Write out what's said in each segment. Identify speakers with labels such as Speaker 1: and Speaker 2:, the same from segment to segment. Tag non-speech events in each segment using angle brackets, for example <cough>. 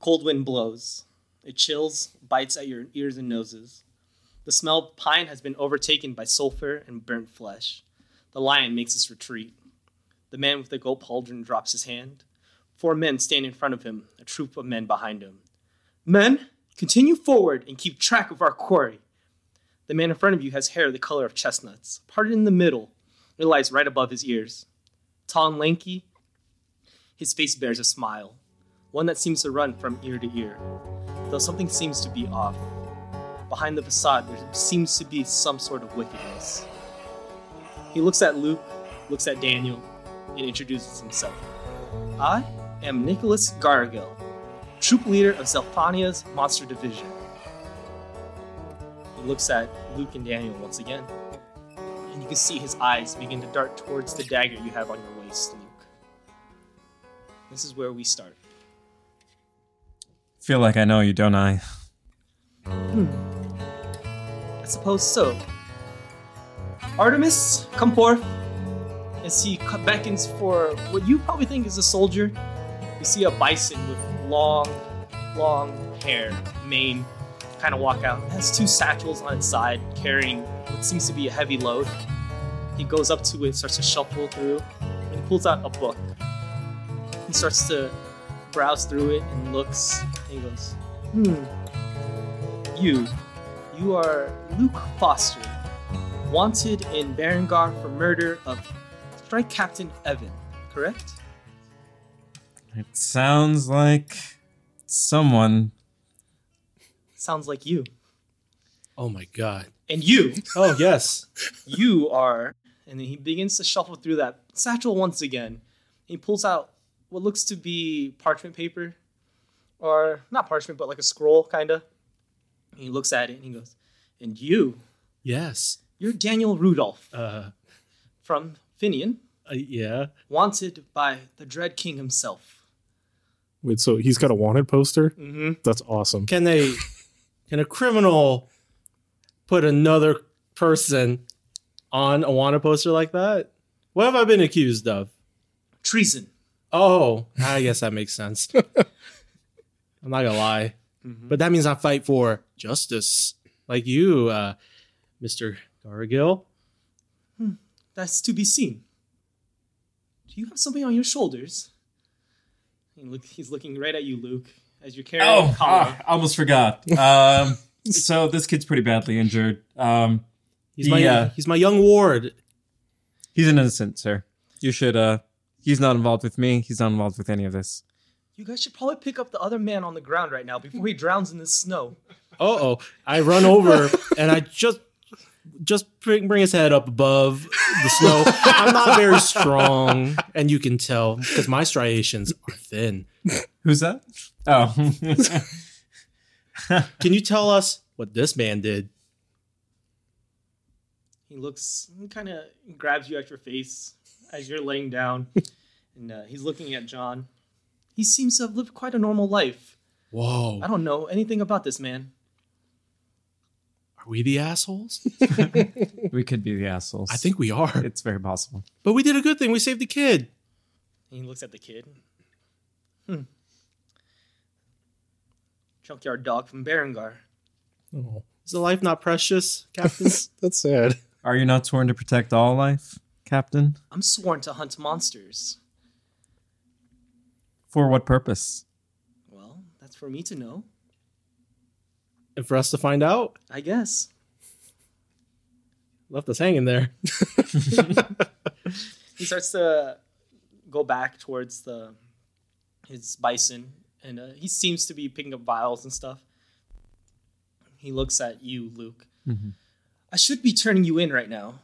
Speaker 1: cold wind blows. It chills, bites at your ears and noses. The smell of pine has been overtaken by sulfur and burnt flesh. The lion makes its retreat. The man with the gold pauldron drops his hand. Four men stand in front of him, a troop of men behind him. Men, continue forward and keep track of our quarry. The man in front of you has hair the color of chestnuts, parted in the middle. It lies right above his ears. Tall and lanky, his face bears a smile, one that seems to run from ear to ear, though something seems to be off. Behind the facade, there seems to be some sort of wickedness. He looks at Luke, looks at Daniel, and introduces himself. I am Nicholas Gargill, troop leader of Zelfania's Monster Division. He looks at Luke and Daniel once again, and you can see his eyes begin to dart towards the dagger you have on your waist, Luke. This is where we start.
Speaker 2: Feel like I know you, don't I?
Speaker 1: I suppose so. Artemis, come forth. As he co- beckons for what you probably think is a soldier, you see a bison with long, long hair, mane, kind of walk out. It has two satchels on its side, carrying what seems to be a heavy load. He goes up to it, starts to shuffle through, and he pulls out a book. He starts to browse through it and looks, and he goes, "Hmm, you, you are Luke Foster, wanted in Berengar for murder of Strike Captain Evan, correct?
Speaker 2: It sounds like someone.
Speaker 1: Sounds like you.
Speaker 3: Oh my god.
Speaker 1: And you,
Speaker 3: Oh yes.
Speaker 1: you are. And then he begins to shuffle through that satchel once again. He pulls out what looks to be parchment paper, or not parchment, but like a scroll, kind of. He looks at it and he goes, And you,
Speaker 3: Yes.
Speaker 1: you're Daniel Rudolph
Speaker 3: Uh,
Speaker 1: from Finian,
Speaker 3: uh yeah.
Speaker 1: wanted by the Dread King himself.
Speaker 4: Wait, so he's got a wanted poster?
Speaker 1: Mm hmm.
Speaker 4: That's awesome.
Speaker 3: Can they can a criminal put another person on a wanted poster like that? What have I been accused of?
Speaker 1: Treason.
Speaker 3: Oh, I guess that makes sense. I'm not gonna lie. But that means I fight for justice. Like you, uh, Mr. Gargill.
Speaker 1: That's to be seen. Do you have something on your shoulders? He look, he's looking right at you, Luke, as you're carrying a collar.
Speaker 2: Oh, ah, I almost forgot. Um, so this kid's pretty badly injured. Um,
Speaker 3: He's my
Speaker 2: Yeah.
Speaker 3: he's my young ward.
Speaker 2: he's an innocent, sir. You should. Uh, he's not involved with me. He's not involved with any of this.
Speaker 1: You guys should probably pick up the other man on the ground right now before he drowns in the snow.
Speaker 3: Uh oh. I run over and I just just bring, bring his head up above the snow. I'm not very strong, and you can tell because my striations are thin.
Speaker 2: Who's that? Oh, <laughs>
Speaker 3: Can you tell us what this man did?
Speaker 1: He looks, kind of grabs you at your face as you're laying down, and uh, he's looking at John. He seems to have lived quite a normal life.
Speaker 3: Whoa.
Speaker 1: I don't know anything about this man.
Speaker 3: Are we the assholes?
Speaker 2: we could be the assholes.
Speaker 3: I think we are.
Speaker 2: it's very possible.
Speaker 3: But we did a good thing. We saved the kid.
Speaker 1: And he looks at the kid. Hmm. Junkyard dog from Berengar.
Speaker 4: Oh,
Speaker 3: Is the life not precious, captains?
Speaker 4: that's sad.
Speaker 2: Are you not sworn to protect all life, Captain?
Speaker 1: I'm sworn to hunt monsters.
Speaker 2: For what purpose?
Speaker 1: Well, that's for me to know,
Speaker 3: and for us to find out,
Speaker 1: I guess.
Speaker 3: left us hanging there.
Speaker 1: He starts to go back towards the his bison, and uh, he seems to be picking up vials and stuff. He looks at you, Luke.
Speaker 2: Mhm.
Speaker 1: I should be turning you in right now.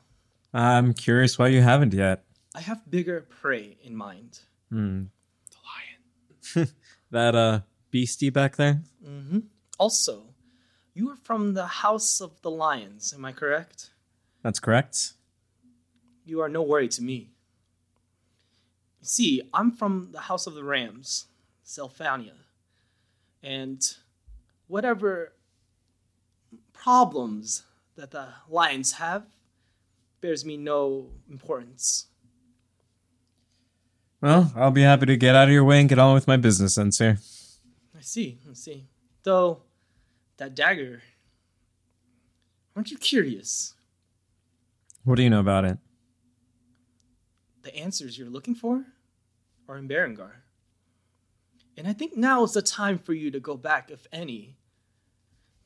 Speaker 2: I'm curious why you haven't yet.
Speaker 1: I have bigger prey in mind.
Speaker 2: Hmm. The lion. <laughs> that uh beastie back there.
Speaker 1: hmm Also, you are from the House of the Lions, am I correct?
Speaker 2: That's correct.
Speaker 1: You are no worry to me. See, I'm from the House of the Rams, Selphania. And whatever problems that the Lions have bears me no importance.
Speaker 2: Well, I'll be happy to get out of your way and get on with my business then, sir.
Speaker 1: I see. I see. Though, that dagger. Aren't you curious?
Speaker 2: What do you know about it? <sighs>
Speaker 1: The answers you're looking for are in Berengar. And I think now is the time for you to go back, if any.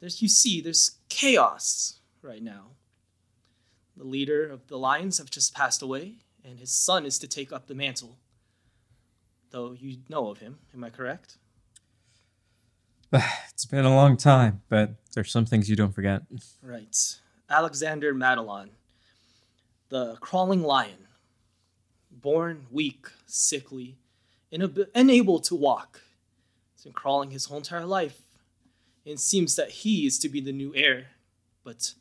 Speaker 1: There's, you see, there's chaos right now. The leader of the Lions have just passed away, and his son is to take up the mantle. Though you know of him, am I correct?
Speaker 2: It's been a long time, but there's some things you don't forget.
Speaker 1: Right. Alexander Madelon, the crawling lion, born weak, sickly, inab- unable to walk. He's been crawling his whole entire life. It seems that he is to be the new heir, but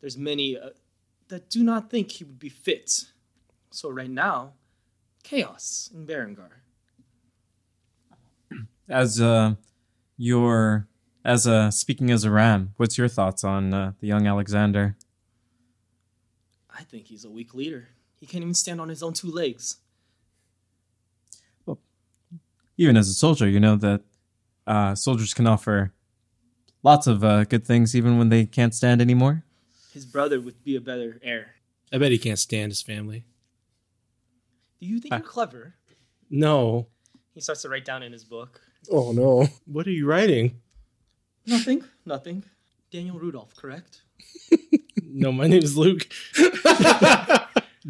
Speaker 1: there's many uh, that do not think he would be fit. So right now, chaos in Berengar.
Speaker 2: As uh, your as uh, speaking as a ram, what's your thoughts on uh, the young Alexander?
Speaker 1: I think he's a weak leader. He can't even stand on his own two legs.
Speaker 2: Even as a soldier, you know that uh, soldiers can offer lots of uh, good things, even when they can't stand anymore.
Speaker 1: His brother would be a better heir.
Speaker 3: I bet he can't stand his family.
Speaker 1: Do you think you're clever?
Speaker 3: No.
Speaker 1: He starts to write down in his book.
Speaker 4: Oh no.
Speaker 3: What are you writing?
Speaker 1: Nothing. Nothing. Daniel Rudolph, correct?
Speaker 3: No, my name is Luke.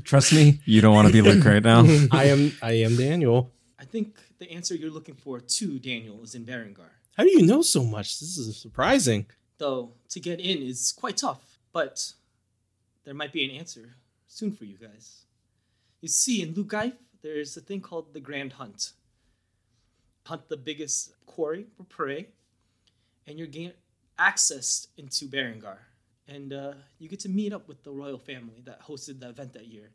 Speaker 2: Trust me, <laughs> you don't want to be Luke right now.
Speaker 3: I am I am Daniel.
Speaker 1: I think the answer you're looking for to Daniel is in Berengar.
Speaker 3: How do you know so much? This is surprising.
Speaker 1: Though to get in is quite tough, but there might be an answer soon for you guys. You see, in Lugaif, there is a thing called the Grand Hunt. Hunt the biggest quarry for prey, and you gain access into Berengar. And uh, you get to meet up with the royal family that hosted the event that year.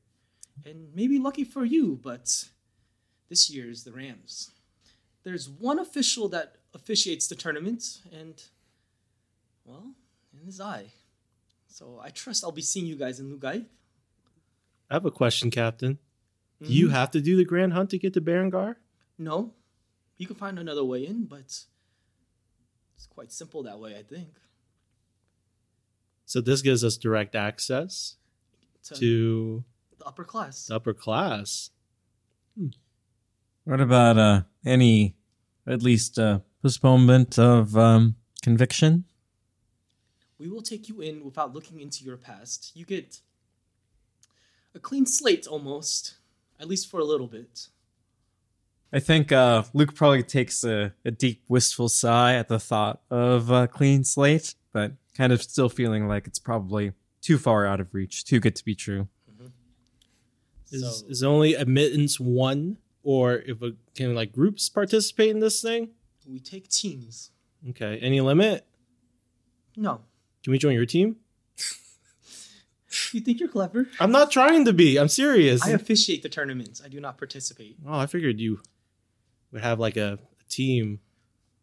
Speaker 1: And maybe lucky for you, but this year is the Rams. There's one official that officiates the tournament, and well, in his eye. So I trust I'll be seeing you guys in Lugai.
Speaker 3: I have a question, Captain. Do
Speaker 1: Mm-hmm.
Speaker 3: you have to do the grand hunt to get to Berengar?
Speaker 1: Mm, No, you can find another way in, but it's quite simple that way, I think.
Speaker 3: So this gives us direct access
Speaker 1: To,
Speaker 3: to
Speaker 1: the upper class.
Speaker 3: the upper class.
Speaker 2: <laughs> what about uh, any, at least uh, postponement of um, conviction?
Speaker 1: We will take you in without looking into your past. You get a clean slate almost, at least for a little bit.
Speaker 2: I think uh, Luke probably takes a, a deep, wistful sigh at the thought of a clean slate, but kind of still feeling like it's probably too far out of reach, too good to be true.
Speaker 3: Is
Speaker 1: so
Speaker 3: is only admittance one, or if a, can like groups participate in this thing?
Speaker 1: we take teams.
Speaker 3: Okay, any limit?
Speaker 1: No,
Speaker 3: Can we join your team?
Speaker 1: you think you're clever.
Speaker 3: I'm not trying to be. I'm serious.
Speaker 1: I officiate the tournaments. I do not participate.
Speaker 3: oh, I figured you would have like a, a team.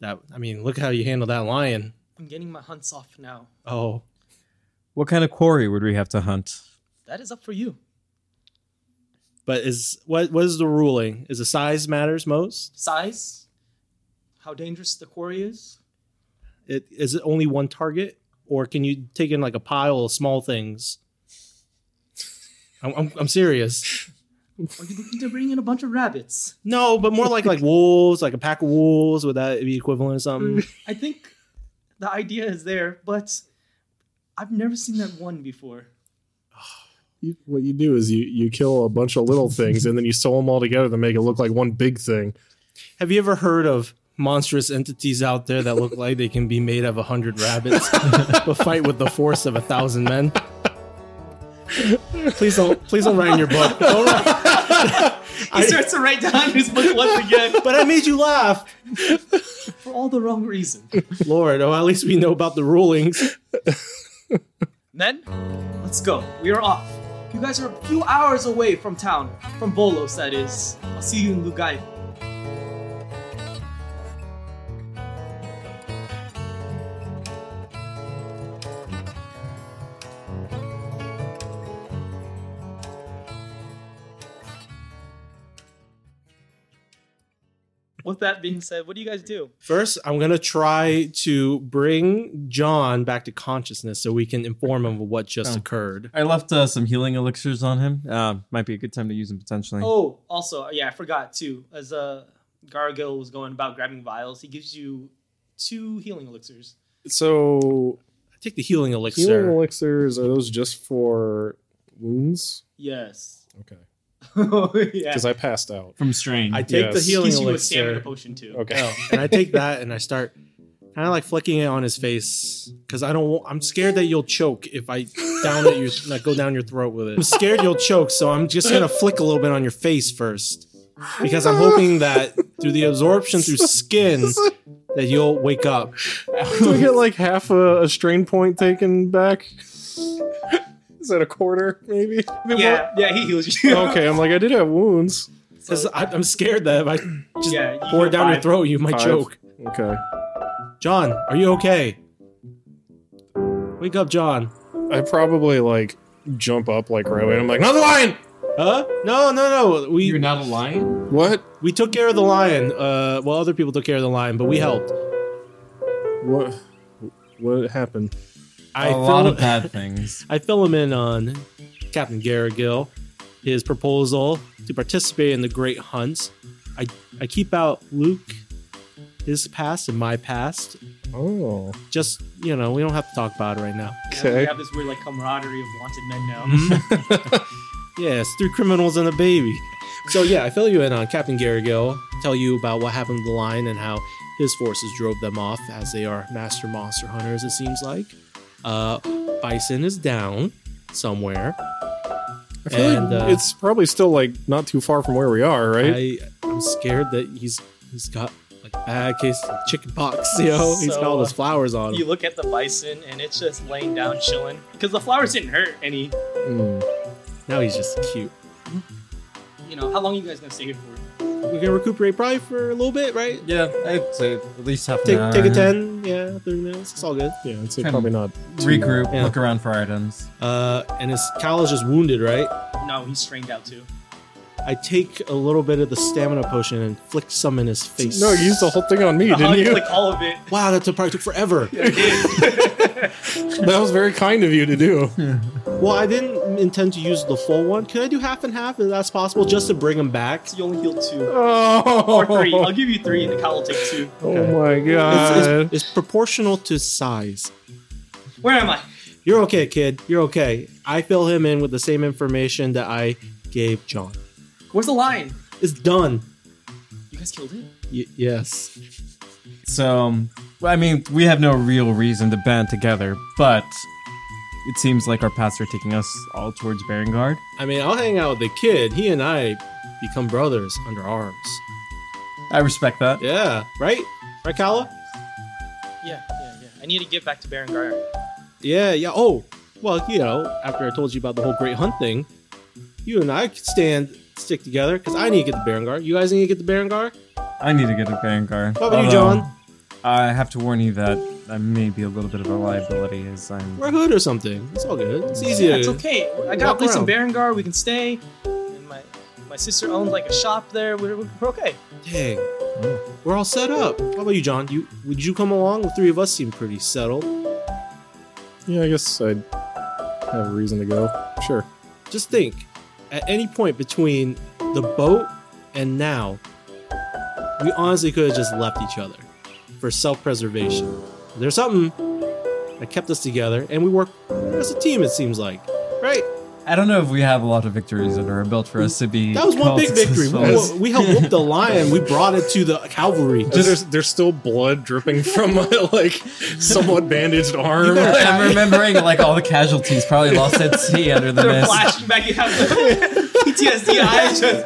Speaker 3: That I mean, look how you handle that lion.
Speaker 1: I'm getting my hunts off now.
Speaker 3: Oh,
Speaker 2: What kind of quarry would we have to hunt?
Speaker 1: That is up for you.
Speaker 3: but is what what is the ruling? Is the size matters most?
Speaker 1: Size, how dangerous the quarry is.
Speaker 3: It, is it only one target, or can you take in like a pile of small things? I'm, I'm, I'm serious.
Speaker 1: Are you looking to bring in a bunch of rabbits?
Speaker 3: No, but more like like wolves, like a pack of wolves. Would that be equivalent to something?
Speaker 1: I think the idea is there, but I've never seen that one before.
Speaker 4: You, what you do is you you kill a bunch of little things and then you sew them all together to make it look like one big thing.
Speaker 3: Have you ever heard of monstrous entities out there that look like they can be made of a hundred rabbits, but fight with the force of a thousand men? Please don't, please don't write in your book. Don't write-
Speaker 1: He starts to write down his book once again
Speaker 3: but I made you laugh,
Speaker 1: <laughs> for all the wrong reason.
Speaker 3: Lord. Oh, at least we know about the rulings.
Speaker 1: Men, let's go. We are off. You guys are a few hours away from town, from Bolos, that is. I'll see you in Lugai. With that being said, what do you guys do?
Speaker 3: First, I'm gonna try to bring John back to consciousness so we can inform him of what just
Speaker 2: Oh.
Speaker 3: occurred.
Speaker 2: I left uh, some healing elixirs on him. Um, might be a good time to use them potentially.
Speaker 1: Oh, also, yeah, I forgot too. As uh, Gargill was going about grabbing vials, he gives you two healing elixirs.
Speaker 4: So
Speaker 3: I take the healing elixir.
Speaker 4: healing elixirs are those just for wounds?
Speaker 1: Yes.
Speaker 4: Okay,
Speaker 1: <laughs> yeah.
Speaker 4: because I passed out.
Speaker 2: From strain.
Speaker 3: I take the
Speaker 4: Yes.
Speaker 3: healing
Speaker 1: gives you a stamina
Speaker 3: elixir Oh,
Speaker 1: potion too.
Speaker 4: Okay,
Speaker 3: and I take that and I start kind of like flicking it on his face because I don't. wa- I'm scared that you'll choke if I down at you, like go down your throat with it. I'm scared you'll choke, so I'm just gonna flick a little bit on your face first because I'm hoping that through the absorption through skin that you'll wake up.
Speaker 1: Oh.
Speaker 4: <laughs> do we get like half a, a strain point
Speaker 1: <laughs>
Speaker 4: taken back? Is that a quarter, maybe?
Speaker 1: Yeah, yeah, he heals you. <laughs>
Speaker 4: <laughs> Okay, I'm like I did have wounds.
Speaker 3: Because I'm scared that if I just
Speaker 1: Yeah, you
Speaker 3: pour it
Speaker 1: get
Speaker 3: down your
Speaker 1: five.
Speaker 3: throat, you might
Speaker 4: Five.
Speaker 3: choke.
Speaker 4: Okay,
Speaker 3: John, are you okay? Wake up, John.
Speaker 4: I probably like jump up like right away. and I'm like another lion.
Speaker 3: Huh? No, no, no. We
Speaker 2: not a lion?
Speaker 4: What?
Speaker 3: we took care of the lion. Uh, well, other people took care of the lion, but we helped.
Speaker 4: What? What happened?
Speaker 3: I
Speaker 2: A
Speaker 3: fill,
Speaker 2: lot of <laughs> bad things.
Speaker 3: I fill him in on Captain Garrigill, his proposal to participate in the Great Hunt. I I keep out Luke, his past and my past.
Speaker 4: Oh,
Speaker 3: Just you know, we don't have to talk about it right now.
Speaker 1: Yeah,
Speaker 4: okay. Mm-hmm.
Speaker 1: we have this weird like camaraderie of wanted men now.
Speaker 3: Yeah, it's three criminals and a baby. So yeah, I fill you in on Captain Garrigill, tell you about what happened to the lion and how his forces drove them off, as they are master monster hunters, it seems like. Uh, Bison is down somewhere.
Speaker 4: I feel like
Speaker 3: And, uh,
Speaker 4: it's probably still like not too far from where we are, right?
Speaker 3: I, I'm scared that he's he's got like a bad case of chicken pox, yo. he's got all
Speaker 1: So,
Speaker 3: his flowers on
Speaker 1: You
Speaker 3: him.
Speaker 1: look at the bison and it's just laying down chilling because the flowers didn't hurt any.
Speaker 4: Mm.
Speaker 3: Now he's just cute.
Speaker 1: You know, how long are you guys gonna stay here for?
Speaker 3: We're gonna recuperate probably for a little bit, right?
Speaker 2: Yeah, I'd say at least uh, half an
Speaker 3: Take
Speaker 2: hour.
Speaker 3: take a ten, yeah, thirty minutes. It's all good.
Speaker 4: Yeah, it's
Speaker 2: Kinda
Speaker 4: probably not. too-
Speaker 2: Regroup,
Speaker 3: Yeah.
Speaker 2: look around for items.
Speaker 3: Uh, and his cowl is just wounded, right?
Speaker 1: No, he's strained out too.
Speaker 3: I take a little bit of the stamina potion and flick some in his face.
Speaker 4: No, you used the whole thing on
Speaker 3: <laughs>
Speaker 4: me,
Speaker 1: Oh,
Speaker 4: didn't you?
Speaker 1: Like all of it.
Speaker 3: Wow, that took probably took
Speaker 4: <laughs>
Speaker 3: forever.
Speaker 4: that was very kind of you
Speaker 3: <laughs>
Speaker 4: to do.
Speaker 3: Well, I didn't intend to use the full one. Can I do half and half if that's possible, just to bring him back?
Speaker 1: You only heal two
Speaker 4: Oh,
Speaker 1: or three. I'll give you three, and the cow will take two.
Speaker 4: oh my god!
Speaker 3: It's, it's, it's proportional to size.
Speaker 1: Where am I?
Speaker 3: You're okay, kid. You're okay. I fill him in with the same information that I gave John.
Speaker 1: Where's the lion?
Speaker 3: It's done.
Speaker 1: You guys killed him.
Speaker 3: Y- yes.
Speaker 2: So, um, well, I mean, we have no real reason to band together, but it seems like our paths are taking us all towards Berenguard.
Speaker 3: I mean, I'll hang out with the kid. He and I become brothers under arms.
Speaker 2: I respect that.
Speaker 3: Yeah. Right? Right, Kala?
Speaker 1: Yeah, yeah, yeah. I need to get back to Berengar.
Speaker 3: Yeah, yeah. Oh, well, you know, after I told you about the whole great hunt thing, you and I could stand stick together because I need to get the Berengar. You guys need to get the Berengar.
Speaker 2: I need to get to Berenguard.
Speaker 3: What about you,
Speaker 2: Although,
Speaker 3: John?
Speaker 2: I have to warn you that I may be a little bit of a liability as I'm.
Speaker 3: Wear a hood or something. It's all good. It's easy.
Speaker 1: That's
Speaker 3: to-
Speaker 1: okay. I got a
Speaker 3: Walk
Speaker 1: place in Berengar. We can stay. And my my sister owns like a shop there. We're, we're okay.
Speaker 3: Dang. We're all set up. How about you, John? You would you come along? The three of us seem pretty settled.
Speaker 4: yeah, I guess I have a reason to go. Sure.
Speaker 3: Just think, at any point between the boat and now, we honestly could have just left each other for self-preservation. There's something that kept us together, and we work as a team. It seems like, right?
Speaker 2: I don't know if we have a lot of victories that are built for us to be.
Speaker 3: That was one
Speaker 2: called
Speaker 3: big victory.
Speaker 2: successful.
Speaker 3: We, we helped whoop the lion. We brought it to the cavalry.
Speaker 4: there's there's still blood
Speaker 3: <laughs>
Speaker 4: dripping from my like somewhat bandaged
Speaker 2: You
Speaker 4: arm.
Speaker 2: better- I'm remembering like all the casualties probably lost at sea under the
Speaker 1: They're
Speaker 2: mist.
Speaker 1: flashing back. You have the
Speaker 3: <laughs>
Speaker 1: PTSD eyes. Just,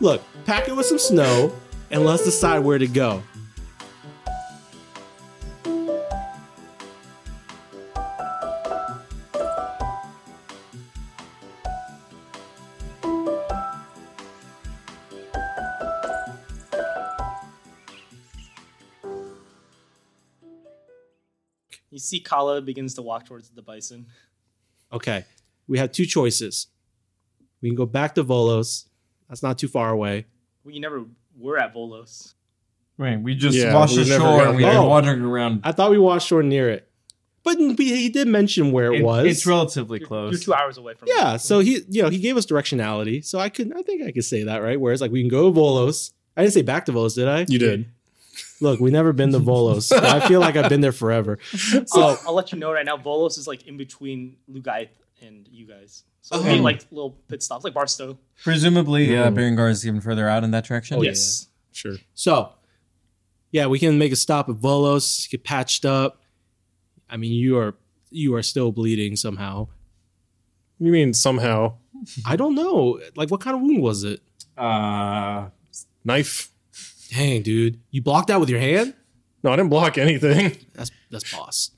Speaker 3: Look, pack it with some snow, and let's decide where to go.
Speaker 1: you see, Kala begins to walk towards the bison.
Speaker 3: Okay, we have two choices. We can go back to Volos. That's not too far away.
Speaker 1: Well, you never were at Volos.
Speaker 2: Right, we just
Speaker 4: Yeah,
Speaker 2: washed
Speaker 4: we never
Speaker 2: ashore
Speaker 4: got
Speaker 2: and we
Speaker 3: there.
Speaker 2: were wandering around.
Speaker 3: I thought we washed shore near it, but we, he did mention where it, was.
Speaker 2: It's relatively
Speaker 1: You're,
Speaker 2: close.
Speaker 1: you're two hours away from.
Speaker 3: yeah.
Speaker 1: it.
Speaker 3: So he, you know, he gave us directionality. So I could, I think I could say that right. Whereas like we can go to Volos. I didn't say back to Volos, did I?
Speaker 4: You did.
Speaker 3: Look, we never been to
Speaker 4: <laughs>
Speaker 3: Volos. but I feel like I've been there forever.
Speaker 1: I'll,
Speaker 4: Oh.
Speaker 3: So
Speaker 1: I'll let you know right now. Volos is like in between Lugaith and you guys. So
Speaker 3: Oh.
Speaker 1: we made like little pit stops, like Barstow.
Speaker 2: Presumably, uh,
Speaker 4: Mm.
Speaker 2: Berengar is even further out in that
Speaker 3: Oh,
Speaker 2: direction.
Speaker 1: Oh, yes.
Speaker 4: Sure.
Speaker 3: So, yeah, we can make a stop at Volos, get patched up. I mean, you are you are still bleeding somehow.
Speaker 4: You mean somehow
Speaker 3: I don't know. Like, what kind of wound was it?
Speaker 2: Uh,
Speaker 4: knife?
Speaker 3: Dang, dude, you blocked out with your hand.
Speaker 4: No, I didn't block anything.
Speaker 3: That's that's boss.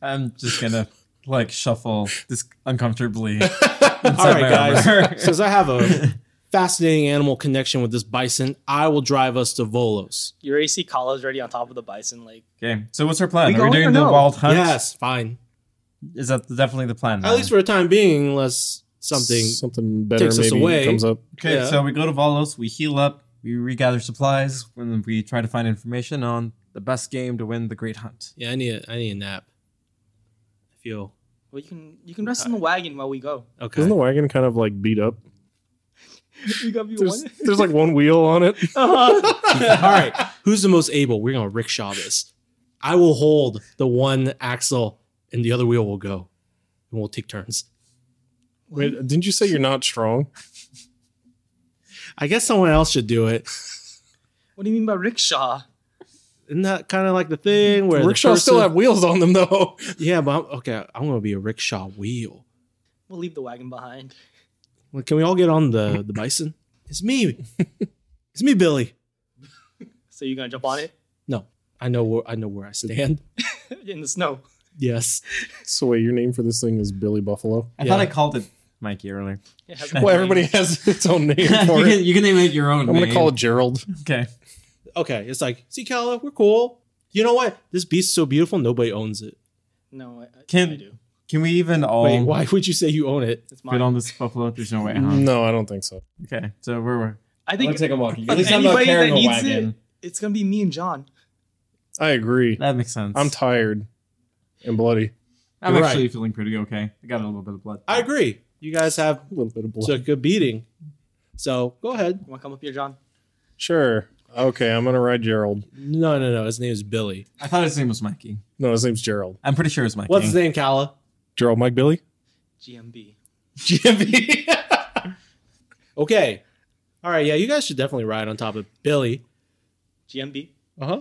Speaker 2: I'm just gonna like shuffle this uncomfortably. All
Speaker 3: All right, guys. Since I have
Speaker 4: <laughs>
Speaker 3: a fascinating animal connection with this bison, I will drive us to Volos.
Speaker 1: Your AC Kala is already on top of the bison. Like
Speaker 2: <laughs> okay, so what's our plan?
Speaker 1: We
Speaker 2: Are we
Speaker 1: going or
Speaker 2: doing the
Speaker 1: no?
Speaker 2: wild hunt?
Speaker 3: Yes, fine.
Speaker 2: Is that definitely the plan?
Speaker 3: At least for the time being, unless something.
Speaker 4: something better
Speaker 3: takes us
Speaker 4: maybe
Speaker 3: away.
Speaker 4: comes up.
Speaker 2: Okay,
Speaker 3: Yeah.
Speaker 2: so we go to Volos, we heal up, we regather supplies, and then we try to find information on the best game to win the Great Hunt.
Speaker 3: Yeah, I need a, I need a nap. I feel
Speaker 1: Well, you can you can rest in the wagon while we go.
Speaker 3: okay. <laughs>
Speaker 4: Isn't the wagon kind of like beat up?
Speaker 1: We got you <laughs>
Speaker 4: There's, there's like one wheel on it.
Speaker 1: Uh-huh.
Speaker 3: All right, who's the most able? We're gonna rickshaw this. I will hold the one axle, and the other wheel will go, and we'll take turns.
Speaker 4: Wait, didn't you say you're not strong?
Speaker 3: I guess someone else should do it.
Speaker 1: What do you mean by rickshaw?
Speaker 3: Isn't that kind of like the thing where the
Speaker 4: Rickshaws still have
Speaker 3: person-
Speaker 4: wheels on them though. <laughs>
Speaker 3: Yeah, but I'm, okay, I'm gonna be a rickshaw wheel.
Speaker 1: We'll leave the wagon behind.
Speaker 3: Well, can we all get on <laughs> the the bison? It's me. it's me, Billy.
Speaker 1: So you're gonna jump on it <laughs>
Speaker 3: No, I know where I know where I stand.
Speaker 1: in the snow.
Speaker 3: Yes.
Speaker 4: So wait, your name for this thing is Billy Buffalo.
Speaker 2: I thought
Speaker 3: Yeah.
Speaker 2: I called it Mikey earlier.
Speaker 1: It has a
Speaker 3: <laughs>
Speaker 4: <laughs> Well,
Speaker 1: name.
Speaker 4: everybody has its own name
Speaker 2: you,
Speaker 4: for
Speaker 2: <laughs>
Speaker 4: it.
Speaker 2: can, you can name it your own.
Speaker 4: I'm gonna call it Gerald.
Speaker 2: Okay.
Speaker 3: Okay. It's like, see, Calla, we're cool. You know what? This beast's so beautiful, nobody owns it.
Speaker 1: No, I, I,
Speaker 2: Can-
Speaker 1: I do.
Speaker 2: Can we even all
Speaker 3: Wait, why would you say you own it?
Speaker 1: It's
Speaker 2: get
Speaker 1: mine.
Speaker 2: on this buffalo? There's no
Speaker 3: Uh-huh.
Speaker 2: way, huh?
Speaker 4: No, I don't think so.
Speaker 2: Okay, so where we're.
Speaker 1: I think
Speaker 2: a walk. At
Speaker 1: Of
Speaker 2: least I'm not
Speaker 1: anybody
Speaker 2: carrying
Speaker 1: that
Speaker 2: a
Speaker 1: needs
Speaker 2: wagon.
Speaker 1: it's gonna be me and John.
Speaker 4: I agree.
Speaker 2: That makes sense.
Speaker 4: I'm tired and bloody.
Speaker 2: I'm
Speaker 3: You're
Speaker 2: actually feeling pretty okay. I got a little bit of blood.
Speaker 3: I agree. You guys have
Speaker 4: A little bit of blood.
Speaker 3: took a beating. So go ahead.
Speaker 1: You wanna come up here, John?
Speaker 4: Sure. Okay, I'm gonna ride Gerald.
Speaker 3: No, no, no. His name is Billy.
Speaker 2: I thought his name was Mikey.
Speaker 4: No, his name's Gerald.
Speaker 2: I'm pretty sure it's Mikey.
Speaker 3: What's his name, Calla?
Speaker 4: Gerald Mike Billy?
Speaker 1: GMB.
Speaker 4: Jimmy.
Speaker 3: <laughs> Okay. All right. Yeah, you guys should definitely ride on top of Billy
Speaker 1: GMB.
Speaker 4: uh-huh.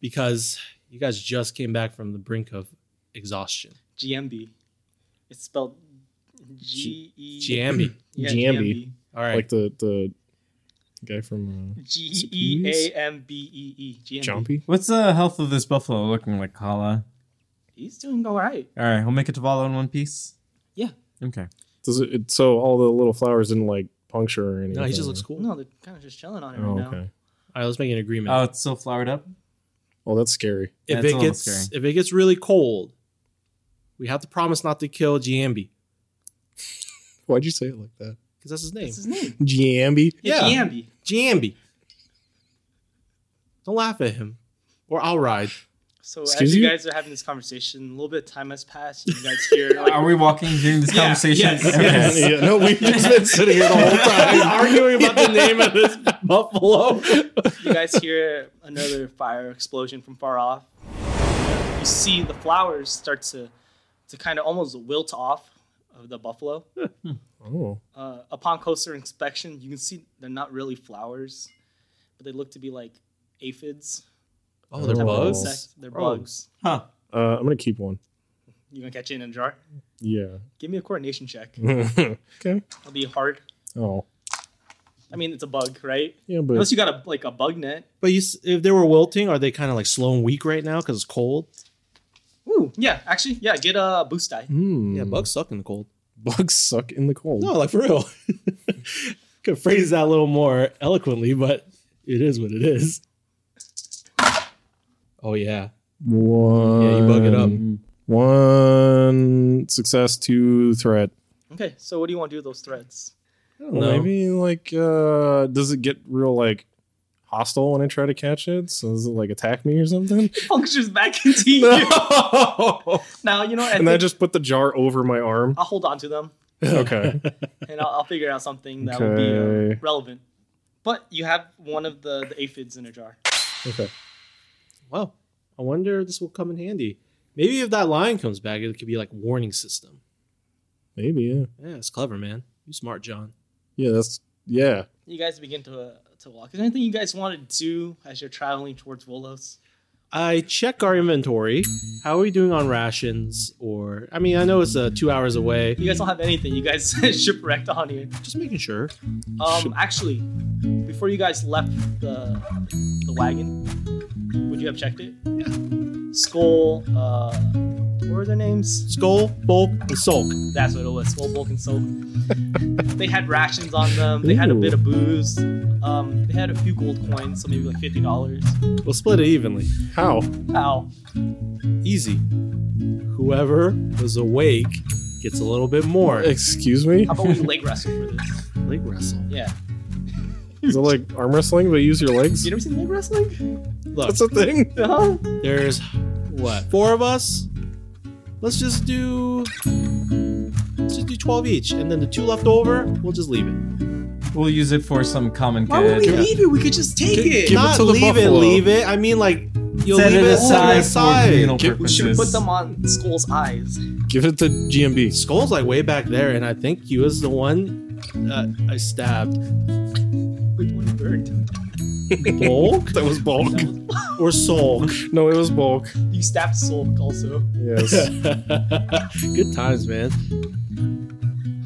Speaker 3: because you guys just came back from the brink of exhaustion.
Speaker 1: GMB. It's spelled G E
Speaker 3: Jambi.
Speaker 1: <laughs> Yeah,
Speaker 4: GMB.
Speaker 3: All right.
Speaker 4: Like the the guy from uh,
Speaker 1: G E A M B E E. GMB.
Speaker 4: Chompy.
Speaker 2: What's the health of this buffalo looking like, Kala?
Speaker 1: He's doing all right.
Speaker 2: All right, we'll make it to Valo in one piece.
Speaker 1: Yeah.
Speaker 2: Okay.
Speaker 4: Does it, it so all the little flowers didn't like puncture or
Speaker 3: <clears throat>
Speaker 4: anything?
Speaker 3: no, he just looks cool.
Speaker 1: No, they're kind of just chilling on it
Speaker 4: Oh,
Speaker 1: right now.
Speaker 4: okay.
Speaker 3: All right. Let's make an agreement.
Speaker 2: Oh, it's still flowered up.
Speaker 4: Well, Oh, that's scary.
Speaker 3: Uh,
Speaker 2: Yeah, it's
Speaker 3: if
Speaker 2: a
Speaker 3: it
Speaker 2: little
Speaker 3: gets
Speaker 2: scary.
Speaker 3: if it gets really cold, we have to promise not to kill Giambi
Speaker 4: Why'd you say it like that?
Speaker 3: because that's his name.
Speaker 1: What's his name?
Speaker 4: Jambi.
Speaker 3: Yeah.
Speaker 1: GMB.
Speaker 3: Giambi. Don't laugh at him, or I'll ride.
Speaker 1: So
Speaker 4: Excuse
Speaker 1: as you
Speaker 4: you?
Speaker 1: guys are having this conversation, a little bit of time has passed. You guys hear like,
Speaker 2: Are we walking during
Speaker 1: <laughs>
Speaker 2: this
Speaker 1: Yeah,
Speaker 2: conversation?
Speaker 1: yes,
Speaker 2: Okay.
Speaker 1: yes.
Speaker 4: yeah, no, we've just been sitting here the whole
Speaker 3: <laughs>
Speaker 4: time.
Speaker 3: arguing about the name of this <laughs> Oh, buffalo.
Speaker 1: you guys hear another fire explosion from far off. You see the flowers start to to kind of almost wilt off of the buffalo.
Speaker 4: Oh,
Speaker 1: Uh, upon closer inspection, you can see they're not really flowers, but they look to be like aphids.
Speaker 3: Oh, they're
Speaker 1: type of
Speaker 4: bugs?
Speaker 1: insects. They're
Speaker 3: Oh.
Speaker 1: bugs.
Speaker 2: Huh.
Speaker 4: uh, I'm gonna keep one.
Speaker 1: You gonna catch it in a jar?
Speaker 4: Yeah.
Speaker 1: Give me a coordination check.
Speaker 4: okay.
Speaker 1: It'll be hard.
Speaker 4: Oh,
Speaker 1: I mean, it's a bug, right?
Speaker 4: yeah,
Speaker 1: Unless
Speaker 4: but
Speaker 1: you got a like a bug net.
Speaker 3: But you, s- if they were wilting, are they kind of like slow and weak right now because it's cold?
Speaker 1: Ooh, yeah. Actually, yeah. Get a boost die.
Speaker 4: Hmm.
Speaker 3: Yeah, bugs suck in the cold.
Speaker 4: bugs suck in the cold.
Speaker 3: No, like for real. <laughs> Could phrase that a little more eloquently, but it is what it is. Oh yeah,
Speaker 4: One.
Speaker 3: yeah, you bug it up.
Speaker 4: One success, two threat.
Speaker 1: Okay, so what do you want to do with those threads?
Speaker 4: I don't know,
Speaker 3: No.
Speaker 4: Maybe like uh does it get real like hostile when I try to catch it? So does it like attack me
Speaker 3: <laughs>
Speaker 4: or something? <laughs>
Speaker 1: It <laughs> Punctures back into you. Now you know. I
Speaker 4: and I
Speaker 1: think
Speaker 4: just put the jar over my arm.
Speaker 1: I'll hold on to them,
Speaker 4: Okay.
Speaker 1: and I'll, I'll figure out something that will be uh,
Speaker 4: Okay.
Speaker 1: relevant. But you have one of the, the aphids in a jar.
Speaker 4: okay.
Speaker 3: Well, I wonder if this will come in handy. Maybe if that lion comes back, it could be like warning system.
Speaker 4: Maybe, yeah.
Speaker 3: Yeah, it's clever, man. You smart, John.
Speaker 4: Yeah, that's yeah.
Speaker 1: You guys begin to uh, to walk. Is there anything you guys want to do as you're traveling towards Volos?
Speaker 3: I check our inventory. How are we doing on rations? Or I mean, I know it's uh, two hours away.
Speaker 1: You guys don't have anything. You guys <laughs> shipwrecked on here.
Speaker 3: Just making sure.
Speaker 1: Um, actually, before you guys left the the wagon, would you have checked it? Yeah. Skull. Uh, what were their names?
Speaker 3: Skull, bulk, and sulk.
Speaker 1: That's what it was. Skull, Bulk, and Soul. they had rations on them. They had a
Speaker 4: Ooh.
Speaker 1: bit of booze. Um, they had a few gold coins, so maybe like fifty dollars.
Speaker 3: We'll split it evenly.
Speaker 4: How?
Speaker 1: Ow.
Speaker 3: Easy. Whoever was awake gets a little bit more.
Speaker 4: Excuse me?
Speaker 1: How about we leg wrestle for this?
Speaker 3: Leg wrestle.
Speaker 1: Yeah.
Speaker 4: Is it like arm wrestling but you use your legs?
Speaker 1: You never seen leg wrestling?
Speaker 3: Look,
Speaker 4: That's a thing.
Speaker 1: Uh-huh.
Speaker 3: there's what four of us. Let's just do. Let's just do twelve each, and then the two left over, we'll just leave it.
Speaker 2: We'll use it for some common
Speaker 1: Why would we
Speaker 2: good.
Speaker 1: leave it? We could just take it.
Speaker 4: Give it
Speaker 3: Not
Speaker 4: to the
Speaker 3: leave
Speaker 4: buffalo.
Speaker 3: it, leave it. I mean, like you'll
Speaker 2: Set
Speaker 3: leave
Speaker 2: it
Speaker 3: it set
Speaker 2: aside for
Speaker 3: it aside.
Speaker 2: penal
Speaker 4: Get-
Speaker 1: We should
Speaker 2: purposes.
Speaker 1: put them on Skull's eyes.
Speaker 4: Give it to GMB.
Speaker 3: Skull's like way back there, and I think he was the one uh, I stabbed.
Speaker 1: Which one burned?
Speaker 3: Bulk
Speaker 4: That was bulk.
Speaker 3: or soul?
Speaker 4: No, it was bulk.
Speaker 1: You stabbed Sulk also.
Speaker 3: <laughs>
Speaker 4: Yes.
Speaker 3: <laughs> Good times, man.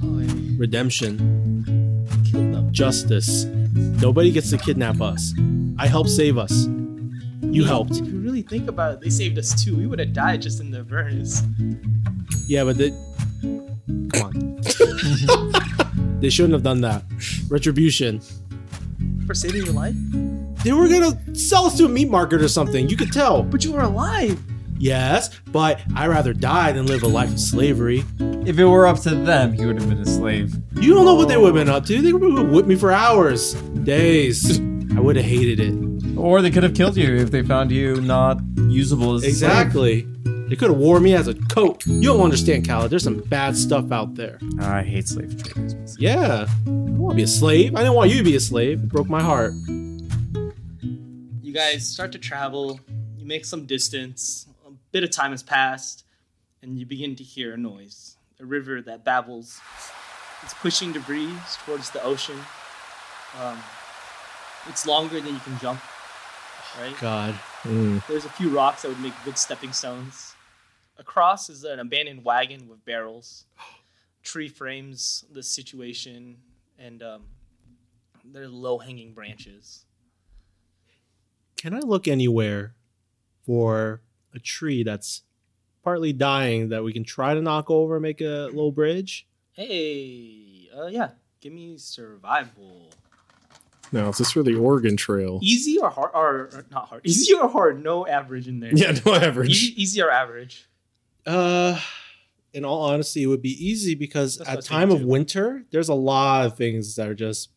Speaker 1: Oh, and
Speaker 3: Redemption,
Speaker 1: you killed them.
Speaker 3: justice. Nobody gets to kidnap us. I helped save us. You helped.
Speaker 1: If you really think about it, they saved us too. We would have died just in the furnace.
Speaker 3: Yeah, but they. Come on. <laughs> they shouldn't have done that. Retribution.
Speaker 1: For saving your life?
Speaker 3: They were gonna sell us to a meat market or something. You could tell.
Speaker 1: But you were alive!
Speaker 3: Yes, but I'd rather die than live a life of slavery.
Speaker 2: If it were up to them, he would have been a slave.
Speaker 3: You don't know what they would have been up to. They would have whipped me for hours, days. I would have hated it.
Speaker 2: Or they could have killed you if they found you not usable as a slave.
Speaker 3: Exactly. They could have wore me as a coat. You don't understand, Khaled. There's some bad stuff out there.
Speaker 2: Uh, I hate slave traders. myself.
Speaker 3: Yeah. I don't want to be a slave. I didn't want you to be a slave. It broke my heart.
Speaker 1: You guys start to travel, you make some distance, a bit of time has passed, and you begin to hear a noise. A river that babbles. It's pushing debris towards the ocean. Um, it's longer than you can jump, right?
Speaker 3: God.
Speaker 4: Mm.
Speaker 1: There's a few rocks that would make good stepping stones. Across is an abandoned wagon with barrels. Tree frames the situation, and um, there are low hanging branches.
Speaker 3: Can I look anywhere for a tree that's partly dying that we can try to knock over and make a little bridge?
Speaker 1: Hey, uh, yeah, give me survival.
Speaker 4: Now is this for the Oregon Trail?
Speaker 1: Easy or hard? Or, or not hard? Easy or hard? No average in there.
Speaker 4: Yeah, no average.
Speaker 1: Easy, easy or average?
Speaker 3: Uh, in all honesty, it would be easy because
Speaker 1: That's what I
Speaker 3: at
Speaker 1: was
Speaker 3: time of
Speaker 1: thinking too.
Speaker 3: winter, there's a lot of things that are just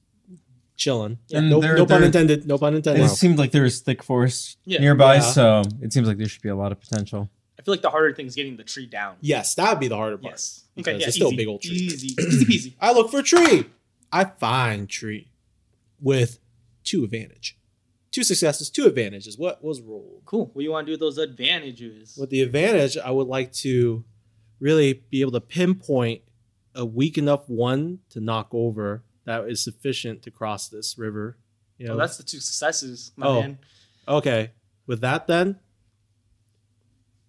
Speaker 3: chilling.
Speaker 1: Yeah.
Speaker 2: And
Speaker 3: No,
Speaker 2: there-
Speaker 3: no pun
Speaker 2: there-
Speaker 3: intended. No pun
Speaker 2: It
Speaker 3: intended.
Speaker 2: just seemed like there was thick forest
Speaker 1: Yeah.
Speaker 2: nearby,
Speaker 3: Yeah.
Speaker 2: so it seems like there should be a lot of potential.
Speaker 1: I feel like the harder thing is getting the tree down.
Speaker 3: Yes, that would be the harder part.
Speaker 1: Yes.
Speaker 3: Because it's still a big old tree. <clears throat>
Speaker 1: Easy, easy peasy.
Speaker 3: I look for a tree. I find tree with two advantage, two successes, two advantages. What was rolled?
Speaker 1: Cool. What do you want to do with those advantages?
Speaker 3: With the advantage, I would like to really be able to pinpoint a weak enough one to knock over that is sufficient to cross this river. You
Speaker 4: Oh,
Speaker 3: know,
Speaker 1: Well, Oh, that's the two successes, my
Speaker 3: Oh.
Speaker 1: man.
Speaker 3: Okay. With that, then,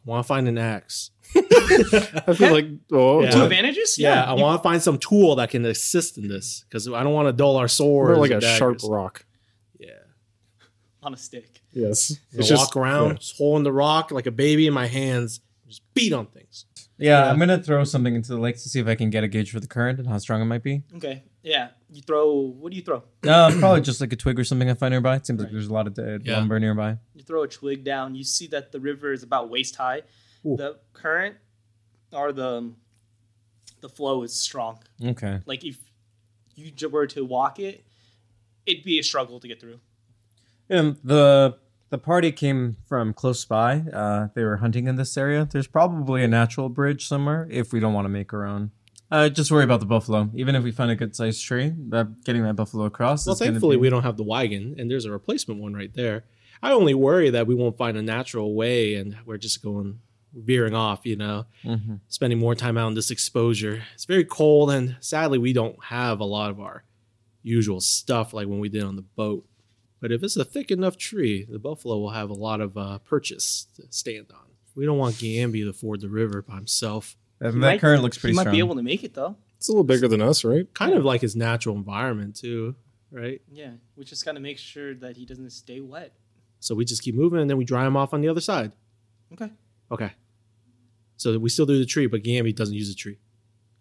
Speaker 3: I want to find an
Speaker 4: <laughs>
Speaker 3: axe.
Speaker 4: I feel like oh
Speaker 3: Yeah.
Speaker 1: Two
Speaker 4: yeah.
Speaker 1: advantages?
Speaker 3: Yeah, I
Speaker 1: you-
Speaker 3: want to find some tool that can assist in this because I don't want to dull our swords.
Speaker 4: more like a
Speaker 3: and
Speaker 4: sharp
Speaker 3: daggers.
Speaker 4: rock.
Speaker 3: Yeah.
Speaker 1: on a stick.
Speaker 4: Yes.
Speaker 3: Just walk around, just holding the rock like a baby in my hands, just beat on things.
Speaker 2: Yeah,
Speaker 3: Yeah.
Speaker 2: I'm gonna throw something into the lake to see if I can get a gauge for the current and how strong it might be.
Speaker 1: Okay. Yeah. You throw. What do you throw?
Speaker 2: <clears throat> Uh, probably just like a twig or something I find nearby. It seems like
Speaker 1: Right.
Speaker 2: there's a lot of dead
Speaker 3: Yeah.
Speaker 2: lumber nearby.
Speaker 1: You throw a twig down. You see that the river is about waist high.
Speaker 3: Ooh.
Speaker 1: The current or the the flow is strong.
Speaker 2: Okay.
Speaker 1: Like if you j- were to walk it, it'd be a struggle to get through.
Speaker 2: And the the party came from close by. Uh, they were hunting in this area. There's probably a natural bridge somewhere if we don't want to make our own. Uh, just worry about the buffalo. Even if we find a good sized tree, that getting that buffalo across.
Speaker 3: Well,
Speaker 2: is gonna
Speaker 3: thankfully,
Speaker 2: be-
Speaker 3: we don't have the wagon, and there's a replacement one right there. I only worry that we won't find a natural way, and we're just going veering off. You know,
Speaker 2: Mhm.
Speaker 3: spending more time out in this exposure. It's very cold, and sadly, we don't have a lot of our usual stuff like when we did on the boat. But if it's a thick enough tree, the buffalo will have a lot of uh, purchase to stand on. We don't want Gambi to ford the river by himself.
Speaker 2: And
Speaker 1: He
Speaker 2: that
Speaker 1: might-
Speaker 2: current looks pretty
Speaker 1: he
Speaker 2: strong.
Speaker 1: might be able to make it though.
Speaker 4: It's a little bigger than us, right?
Speaker 3: Kind of like his natural environment too, right?
Speaker 1: Yeah, we just gotta make sure that he doesn't stay wet.
Speaker 3: So we just keep moving, and then we dry him off on the other side.
Speaker 1: Okay.
Speaker 3: Okay. So we still do the tree, but Gambi doesn't use the tree.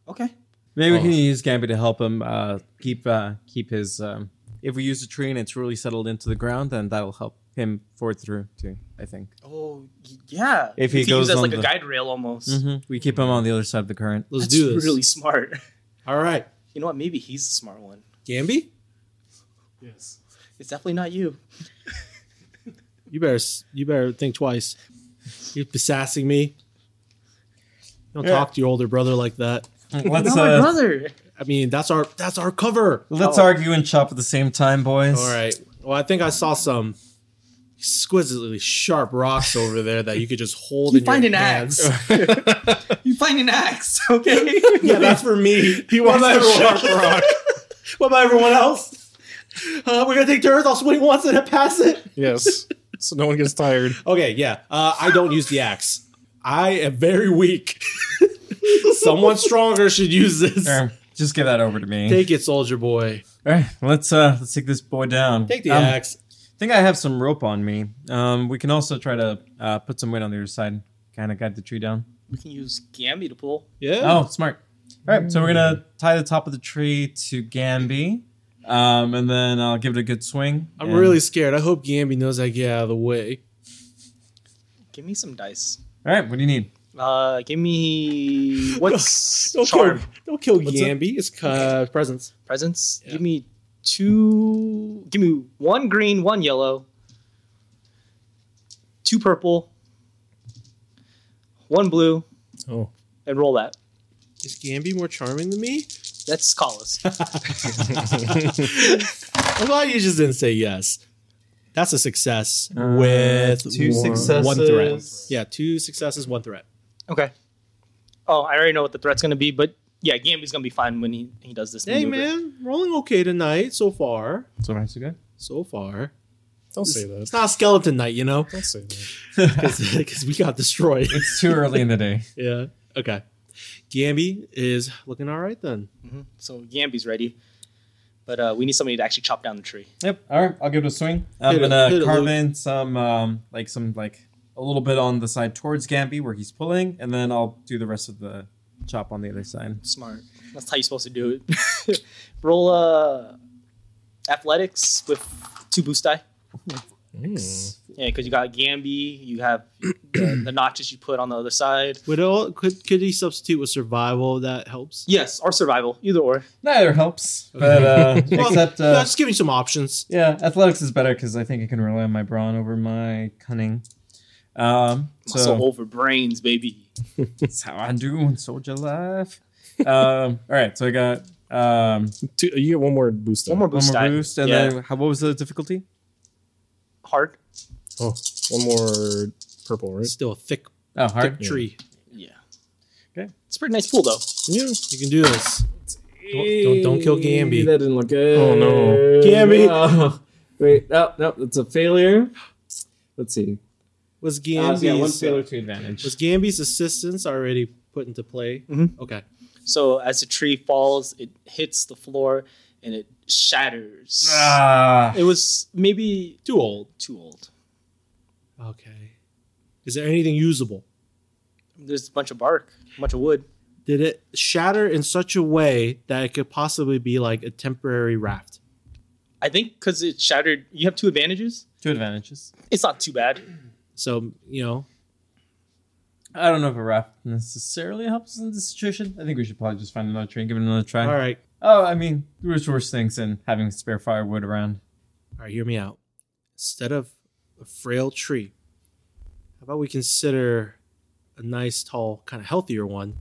Speaker 1: Okay.
Speaker 2: Maybe
Speaker 3: Oh.
Speaker 2: we can use Gambi to help him uh, keep uh, keep his. Um, if we use a tree and it's really settled into the ground, then that'll help him ford through too. I think
Speaker 1: Oh y- yeah.
Speaker 2: If
Speaker 1: We
Speaker 2: he
Speaker 1: could
Speaker 2: goes
Speaker 1: use as
Speaker 2: on
Speaker 1: like a
Speaker 2: the- Mm-hmm.
Speaker 1: guide rail almost.
Speaker 2: we keep him on the other side of the current.
Speaker 3: Let's
Speaker 1: That's
Speaker 3: do this.
Speaker 1: really smart. <laughs>
Speaker 3: All right,
Speaker 1: You know what? Maybe he's the smart one.
Speaker 3: Gambi,
Speaker 4: Yes.
Speaker 1: It's definitely not you.
Speaker 3: you better s- you better think twice. You're sassing me. Don't
Speaker 2: Yeah.
Speaker 3: talk to your older brother like that.
Speaker 2: Let's
Speaker 1: not my
Speaker 2: uh,
Speaker 1: brother.
Speaker 3: I mean, that's our that's our cover.
Speaker 2: let's
Speaker 1: Oh.
Speaker 2: argue and chop at the same time, boys.
Speaker 3: All right. Well, I think I saw some exquisitely sharp rocks over there that you could just hold.
Speaker 1: You
Speaker 3: in
Speaker 1: find
Speaker 3: your
Speaker 1: an
Speaker 3: hands.
Speaker 1: <laughs> You find an axe, <laughs> okay?
Speaker 3: yeah, that's for me.
Speaker 4: He wants
Speaker 3: What
Speaker 4: a
Speaker 3: about
Speaker 4: sharp rock.
Speaker 3: What about everyone else? Uh, we're gonna take turns. I'll swing once and then pass it.
Speaker 4: <laughs> Yes. So no one gets tired.
Speaker 3: Okay, yeah. Uh, I don't use the axe. I am very weak. <laughs> Someone stronger should use this.
Speaker 2: There, just give that over to me.
Speaker 3: Take it, soldier boy.
Speaker 2: All right, let's uh let's take this boy down.
Speaker 3: Take the
Speaker 2: Um,
Speaker 3: axe.
Speaker 2: I think I have some rope on me. Um, we can also try to uh, put some weight on the other side, kind of guide the tree down.
Speaker 1: we can use Gambi to pull.
Speaker 3: Yeah.
Speaker 2: Oh, smart. All right, so we're gonna tie the top of the tree to Gamby, um, and then I'll give it a good swing.
Speaker 3: I'm
Speaker 2: and-
Speaker 3: really scared. I hope Gambi knows I get out of the way.
Speaker 1: Give me some dice.
Speaker 2: all right. What do you need?
Speaker 1: Uh, give
Speaker 3: <laughs>
Speaker 1: me what's
Speaker 3: Don't
Speaker 1: charm
Speaker 3: kill, don't kill
Speaker 4: What's
Speaker 3: Gambi. It's uh, presence.
Speaker 1: presence?
Speaker 3: Yeah.
Speaker 1: Give me two. Give me one green, one yellow, two purple, one blue,
Speaker 4: Oh.
Speaker 1: and roll that.
Speaker 3: Is Gambi more charming than me?
Speaker 1: That's
Speaker 3: <laughs>
Speaker 1: Collis.
Speaker 3: I'm glad you just didn't say yes. That's a success
Speaker 2: Uh,
Speaker 3: with
Speaker 2: two
Speaker 3: one,
Speaker 2: successes.
Speaker 3: one threat. Yeah, two successes, one threat.
Speaker 1: okay. Oh, I already know what the threat's gonna be, but yeah, Gambi's gonna be fine when he, he does this.
Speaker 3: Hey
Speaker 1: maneuver.
Speaker 3: man, rolling okay tonight so far.
Speaker 2: So far, so good.
Speaker 3: So far.
Speaker 4: Don't say
Speaker 3: It's
Speaker 4: that.
Speaker 3: not skeleton night, you know, <laughs>
Speaker 4: Don't say that.
Speaker 3: because we got destroyed. <laughs>
Speaker 2: It's too early in the day.
Speaker 3: yeah. Okay. Gambi is looking all right then.
Speaker 1: Mhm. So Gambi's ready, but uh, we need somebody to actually chop down the tree.
Speaker 2: <laughs> Yep. All right, I'll give it a swing. I'm
Speaker 3: Hit it,
Speaker 2: gonna
Speaker 3: hit it,
Speaker 2: carve
Speaker 3: Luke.
Speaker 2: in some, um, like some, like a little bit on the side towards Gamby where he's pulling, and then I'll do the rest of the chop on the other side.
Speaker 1: Smart. That's how you're supposed to do it. <laughs> Roll uh, athletics with two boost die. Yeah, because you got Gambi, you have the, <clears throat> the notches you put on the other side.
Speaker 3: Would it all could could he substitute with survival? That helps.
Speaker 1: Yes, or survival, either or.
Speaker 2: Neither helps, <laughs> but uh,
Speaker 3: Well,
Speaker 2: except
Speaker 3: no,
Speaker 2: uh,
Speaker 3: just give me some options.
Speaker 2: yeah, athletics is better because I think I can rely on my brawn over my cunning. Um,
Speaker 1: Muscle
Speaker 2: so
Speaker 1: over brains, baby.
Speaker 2: That's how I do in soldier life. um, all right, so I got um,
Speaker 4: Mm. Two, you get one more boost.
Speaker 1: One more
Speaker 2: one
Speaker 1: boost
Speaker 2: more
Speaker 1: die.
Speaker 2: boost, and
Speaker 1: yeah.
Speaker 2: then how, what was the difficulty?
Speaker 1: hard.
Speaker 4: Oh, one more purple, right?
Speaker 3: It's still a thick,
Speaker 2: Oh,
Speaker 3: thick
Speaker 2: hard.
Speaker 3: tree.
Speaker 1: Yeah.
Speaker 2: Okay.
Speaker 1: It's a pretty nice pool though.
Speaker 4: Yeah.
Speaker 3: You can do this. Don't- don't- don't kill Gambi.
Speaker 5: That didn't look good.
Speaker 4: Oh, no.
Speaker 3: <laughs> Gambi.
Speaker 5: Oh, wait. Oh no, that's a failure. Let's see.
Speaker 3: Was
Speaker 2: Uh,
Speaker 3: Gambi's
Speaker 2: so yeah, one failure to advantage.
Speaker 3: was Gambi's assistance already put into play?
Speaker 1: Mhm.
Speaker 3: Okay.
Speaker 1: So as the tree falls, it hits the floor and it shatters.
Speaker 2: Ah,
Speaker 1: It was maybe
Speaker 3: Too old.
Speaker 1: too old.
Speaker 3: Okay. Is there anything usable?
Speaker 1: There's a bunch of bark, a bunch of wood.
Speaker 3: Did it shatter in such a way that it could possibly be like a temporary raft?
Speaker 1: I think because it shattered, you have two advantages.
Speaker 2: two advantages.
Speaker 1: It's not too bad.
Speaker 3: So you know,
Speaker 2: I don't know if a raft necessarily helps in this situation. I think we should probably just find another tree and give it another try.
Speaker 3: all right.
Speaker 2: Oh, I mean, there's worse things than having spare firewood around.
Speaker 3: All right, hear me out. Instead of a frail tree, how about we consider a nice, tall, kind of healthier one,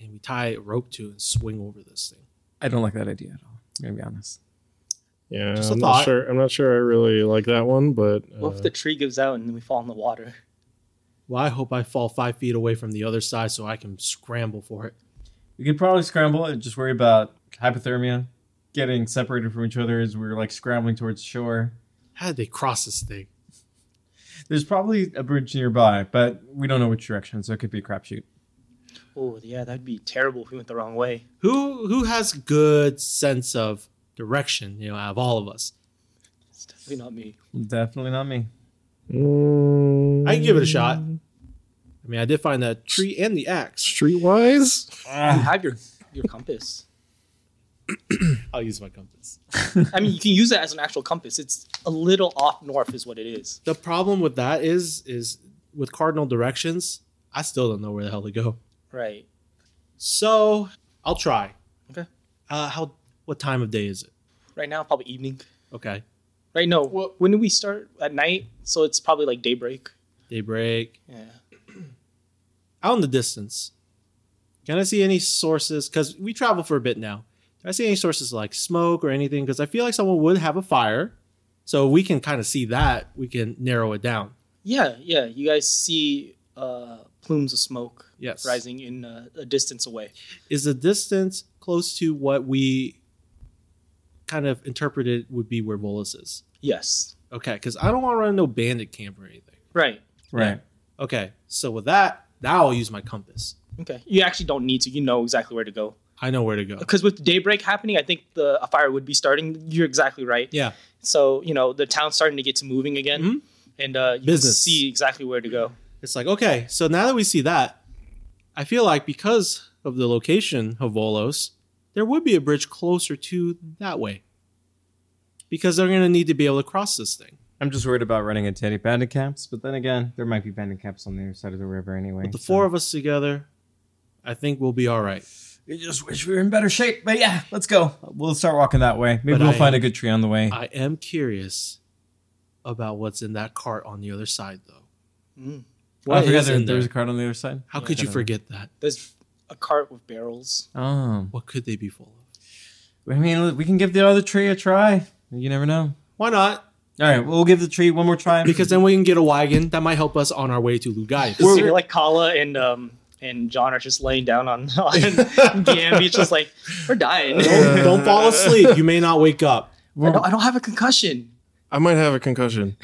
Speaker 3: and we tie a rope to it and swing over this thing.
Speaker 2: I don't like that idea at all. I'm gonna be honest.
Speaker 4: Yeah,
Speaker 3: Just a
Speaker 4: I'm not
Speaker 3: thought.
Speaker 4: sure. I'm not sure. I really like that one, but uh,
Speaker 1: What if the tree gives out and then we fall in the water?
Speaker 3: Well, I hope I fall five feet away from the other side so I can scramble for it.
Speaker 2: We could probably scramble and just worry about hypothermia, getting separated from each other as we're like scrambling towards shore.
Speaker 3: How did they cross this thing?
Speaker 2: There's probably a bridge nearby, but we don't know which direction, so it could be a crapshoot.
Speaker 1: Oh, yeah, that'd be terrible if we went the wrong way.
Speaker 3: Who who has good sense of direction? You know, out of all of us,
Speaker 1: It's definitely not me.
Speaker 2: Definitely not me.
Speaker 4: mm,
Speaker 3: I can give it a shot. I mean, I did find that tree and the axe.
Speaker 4: Streetwise,
Speaker 1: You
Speaker 2: Ah.
Speaker 1: have your, your compass.
Speaker 3: I'll use my compass.
Speaker 1: I mean, you can use that as an actual compass. It's a little off north, is what it is.
Speaker 3: The problem with that is is with cardinal directions, I still don't know where the hell to go.
Speaker 1: Right.
Speaker 3: So I'll try.
Speaker 1: Okay.
Speaker 3: Uh, how? What time of day is it?
Speaker 1: Right now, probably evening.
Speaker 3: Okay.
Speaker 1: Right? No.
Speaker 4: Well-
Speaker 1: when do we start? At night? So it's probably like daybreak.
Speaker 3: Daybreak.
Speaker 1: Yeah.
Speaker 3: Out in the distance. Can I see any sources? Because we travel for a bit now. Can I see any sources like smoke or anything? Because I feel like someone would have a fire. So we can kind of see that. We can narrow it down.
Speaker 1: Yeah, yeah. You guys see uh, plumes of smoke
Speaker 3: Yes.
Speaker 1: rising in uh, a distance away.
Speaker 3: Is the distance close to what we kind of interpreted would be where Volus is?
Speaker 1: Yes.
Speaker 3: Okay. Because I don't want to run no bandit camp or anything.
Speaker 1: Right.
Speaker 2: Right.
Speaker 3: Okay. So with that, now I'll use my compass.
Speaker 1: Okay. You actually don't need to. You know exactly where to go.
Speaker 3: I know where to go.
Speaker 1: Because with daybreak happening, I think the a fire would be starting. You're exactly right.
Speaker 3: Yeah.
Speaker 1: So you know the town's starting to get to moving again,
Speaker 3: Mhm.
Speaker 1: and uh, you
Speaker 3: Business.
Speaker 1: see exactly where to go.
Speaker 3: It's like, okay, so now that we see that, I feel like because of the location of Volos, there would be a bridge closer to that way. Because they're going to need to be able to cross this thing.
Speaker 2: I'm just worried about running into any bandit camps, but then again, there might be bandit camps on the other side of the river anyway.
Speaker 3: With the four of us together, I think we'll be all right.
Speaker 2: I just wish we were in better shape, but yeah, let's go. We'll start walking that way. Maybe
Speaker 3: But
Speaker 2: we'll
Speaker 3: I-
Speaker 2: find a good tree on the way.
Speaker 3: I am curious about what's in that cart on the other side, though.
Speaker 1: Mm.
Speaker 3: What
Speaker 2: I forgot
Speaker 3: is
Speaker 2: there,
Speaker 3: in
Speaker 2: there
Speaker 3: there?
Speaker 2: was a card on the other side.
Speaker 3: How could you forget that?
Speaker 1: There's a cart with barrels.
Speaker 2: Oh,
Speaker 3: What could they be full of?
Speaker 2: I mean, we can give the other tree a try. You never know.
Speaker 3: Why not?
Speaker 2: All right, we'll give the tree one more try
Speaker 3: Because then we can get a wagon that might help us on our way to Lugai.
Speaker 1: So you're like Kala and um and John are just laying down on <laughs> on
Speaker 3: <laughs>
Speaker 1: Gambi, just like we're dying. <laughs>
Speaker 3: don't, don't fall asleep. You may not wake up.
Speaker 1: I, don't, I don't have a concussion.
Speaker 4: I might have a concussion.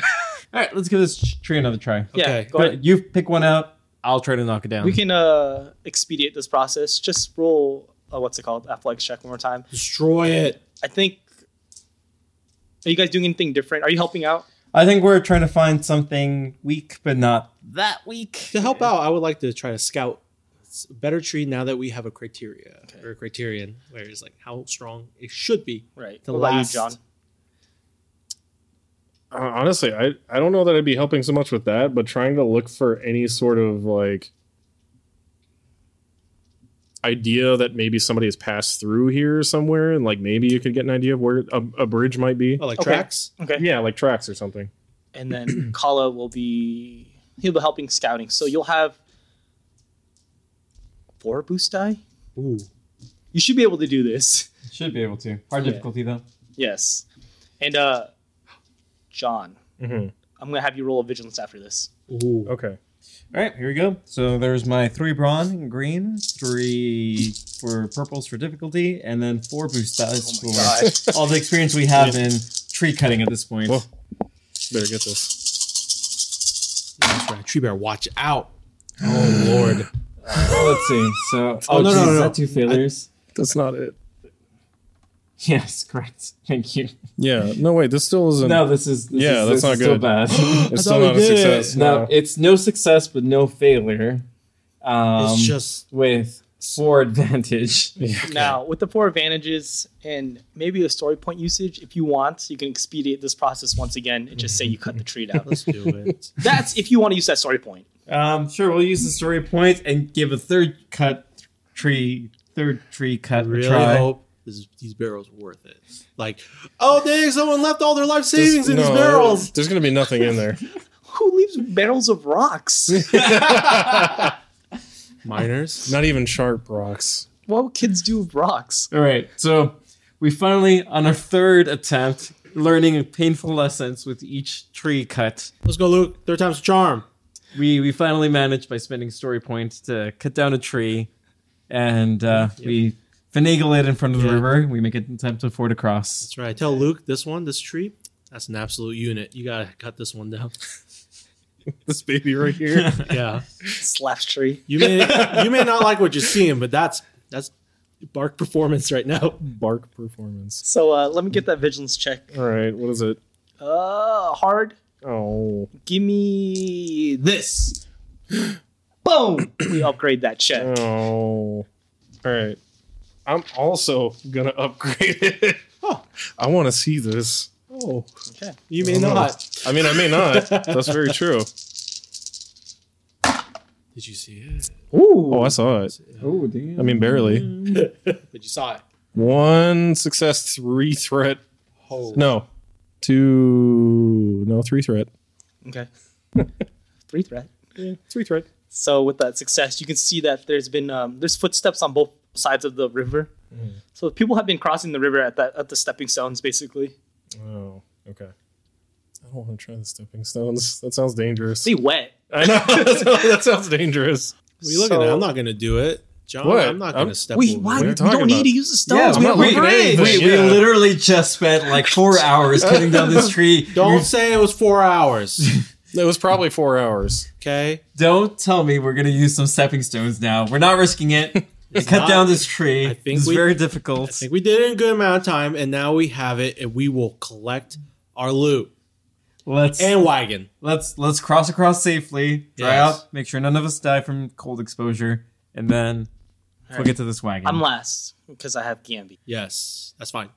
Speaker 2: All right, let's give this ch- tree another try.
Speaker 1: Yeah,
Speaker 3: Okay.
Speaker 1: go ahead.
Speaker 2: You pick one out. I'll try to knock it down.
Speaker 1: We can uh expedite this process. Just roll uh, what's it called? Athletics check one more time.
Speaker 3: Destroy it.
Speaker 1: I think. Are you guys doing anything different? Are you helping out?
Speaker 2: I think we're trying to find something weak, but not that
Speaker 3: <laughs>
Speaker 2: weak.
Speaker 3: To help out, I would like to try to scout s- better tree now that we have a criteria
Speaker 1: Okay.
Speaker 3: or a criterion where it's like how strong it should be.
Speaker 1: Right.
Speaker 3: The
Speaker 1: what about you,
Speaker 3: last-
Speaker 1: John?
Speaker 4: Uh, honestly, I I don't know that I'd be helping so much with that, but trying to look for any sort of like idea that maybe somebody has passed through here somewhere, and like maybe you could get an idea of where a, a bridge might be.
Speaker 3: Oh, like
Speaker 1: Okay.
Speaker 3: tracks?
Speaker 1: Okay.
Speaker 4: Yeah, like tracks or something.
Speaker 1: and then <clears throat> Kala will be he'll be helping scouting. So you'll have four boost die.
Speaker 3: Ooh.
Speaker 1: You should be able to do this.
Speaker 2: Should be able to. Hard
Speaker 1: Yeah.
Speaker 2: difficulty though.
Speaker 1: Yes, and uh, John,
Speaker 4: hmm
Speaker 1: I'm gonna have you roll a vigilance after this.
Speaker 3: Ooh. <laughs>
Speaker 4: Okay.
Speaker 2: All right, here we go. So there's my three brawn in green, three for purples for difficulty, and then four boost dice
Speaker 1: Oh my
Speaker 2: for <laughs> all the experience we have in tree cutting at this point.
Speaker 4: Whoa. Better get this.
Speaker 3: That's right. Tree bear, watch out. Oh, Lord.
Speaker 2: Let's see. So
Speaker 3: Oh, no, no,
Speaker 5: geez,
Speaker 3: no,
Speaker 5: is
Speaker 3: no.
Speaker 5: that two failures?
Speaker 4: That's not it.
Speaker 2: <laughs>
Speaker 5: yes, correct. Thank you.
Speaker 4: Yeah. No, wait. This still isn't.
Speaker 5: No, this is this
Speaker 4: Yeah,
Speaker 5: is,
Speaker 4: that's
Speaker 5: this is
Speaker 4: <laughs>
Speaker 5: Still bad.
Speaker 4: not it's
Speaker 3: I
Speaker 4: still
Speaker 3: thought we
Speaker 4: not a
Speaker 3: did it.
Speaker 4: success.
Speaker 5: no, it's no success but no failure. Um,
Speaker 3: it's just.
Speaker 5: with four advantage.
Speaker 1: Now, with the four advantages and maybe a story point usage, if you want, you can expedite this process once again and just say you cut the tree
Speaker 3: <laughs>
Speaker 1: down.
Speaker 3: Let's do
Speaker 1: <laughs>
Speaker 3: it.
Speaker 1: That's if you want to use that story point.
Speaker 2: um, sure we'll use the story point and give a third cut tree third tree
Speaker 3: I
Speaker 2: cut a
Speaker 3: really
Speaker 2: try.
Speaker 3: hope is these barrels worth it? Like, oh dang, someone left all their life savings in these barrels.
Speaker 4: There's gonna be nothing in there. <laughs>
Speaker 1: Who leaves barrels of
Speaker 3: <laughs>
Speaker 1: rocks?
Speaker 3: Oh. <laughs> Miners.
Speaker 4: Not even sharp rocks.
Speaker 1: what would kids do with rocks?
Speaker 2: <laughs> All right, so we finally, on our third attempt, learning painful lessons with each tree cut,
Speaker 3: Let's go, Luke. Third time's a charm.
Speaker 2: we we finally managed by spending story points to cut down a tree, and uh, we finagle it in front of the
Speaker 3: Yeah.
Speaker 2: river. We make an attempt to ford across.
Speaker 3: <laughs> That's right. Tell Luke this one, this tree. That's an absolute unit. You gotta cut this one down. <laughs>
Speaker 4: This baby right here.
Speaker 3: Yeah.
Speaker 1: Slash tree.
Speaker 3: You may you may not like what you're seeing, but that's that's bark performance right now.
Speaker 4: <laughs> Bark performance.
Speaker 1: So uh, let me get that vigilance check.
Speaker 4: All right, what is it?
Speaker 1: Uh, hard.
Speaker 4: Oh,
Speaker 1: Give me this. <gasps> Boom.
Speaker 4: <clears throat>
Speaker 1: we upgrade that check.
Speaker 4: oh. All right. I'm also gonna upgrade it. <laughs> I want to see this.
Speaker 3: Oh.
Speaker 1: Okay.
Speaker 3: You may
Speaker 4: Oh, no.
Speaker 3: not.
Speaker 4: I mean, I may not. That's very true.
Speaker 3: Did you see it?
Speaker 1: Ooh.
Speaker 4: Oh, I saw it.
Speaker 5: Oh damn!
Speaker 4: I mean, barely.
Speaker 3: But you saw it.
Speaker 4: One success, three threat.
Speaker 3: Oh.
Speaker 4: No, two. No, three threat. <laughs>
Speaker 1: Okay. Three threat.
Speaker 4: Yeah, three threat.
Speaker 1: So with that success, you can see that there's been um, there's footsteps on both sides of the river.
Speaker 4: Mm.
Speaker 1: So people have been crossing the river at that at the stepping stones, basically.
Speaker 4: Oh, okay. I don't want to try the stepping stones. That sounds dangerous.
Speaker 1: They wet.
Speaker 4: I know <laughs> that sounds- that sounds dangerous.
Speaker 3: What are you looking
Speaker 1: So-
Speaker 3: at? I'm not gonna do it. John,
Speaker 4: What?
Speaker 3: I'm not
Speaker 4: I'm-
Speaker 3: gonna step
Speaker 1: We
Speaker 3: over
Speaker 1: why
Speaker 4: are
Speaker 1: we
Speaker 4: you
Speaker 1: don't
Speaker 4: talking
Speaker 1: need
Speaker 4: about?
Speaker 1: to use the
Speaker 2: Yeah,
Speaker 1: stones.
Speaker 2: I'm
Speaker 1: we have
Speaker 4: not
Speaker 1: a
Speaker 4: looking at
Speaker 1: bridge.
Speaker 4: anything.
Speaker 2: Wait, we
Speaker 4: Yeah.
Speaker 2: literally just spent like
Speaker 3: <laughs>
Speaker 2: four hours cutting down this tree.
Speaker 3: Don't say it was four hours.
Speaker 4: It was probably four hours.
Speaker 3: Okay.
Speaker 2: Don't tell me we're gonna use some stepping stones now. We're not risking
Speaker 3: <laughs>
Speaker 2: it. We cut
Speaker 3: not-
Speaker 2: down this tree.
Speaker 3: I think
Speaker 2: it's
Speaker 3: we-
Speaker 2: very
Speaker 3: I
Speaker 2: difficult.
Speaker 3: think we did it in a good amount of time, and now we have it, and we will collect our loot
Speaker 2: Let's
Speaker 3: and wagon.
Speaker 2: let's let's cross across safely, dry
Speaker 3: Yes.
Speaker 2: out, make sure none of us die from cold exposure, and then we'll get to this wagon.
Speaker 1: I'm last because I have Gambi.
Speaker 3: Yes, that's fine.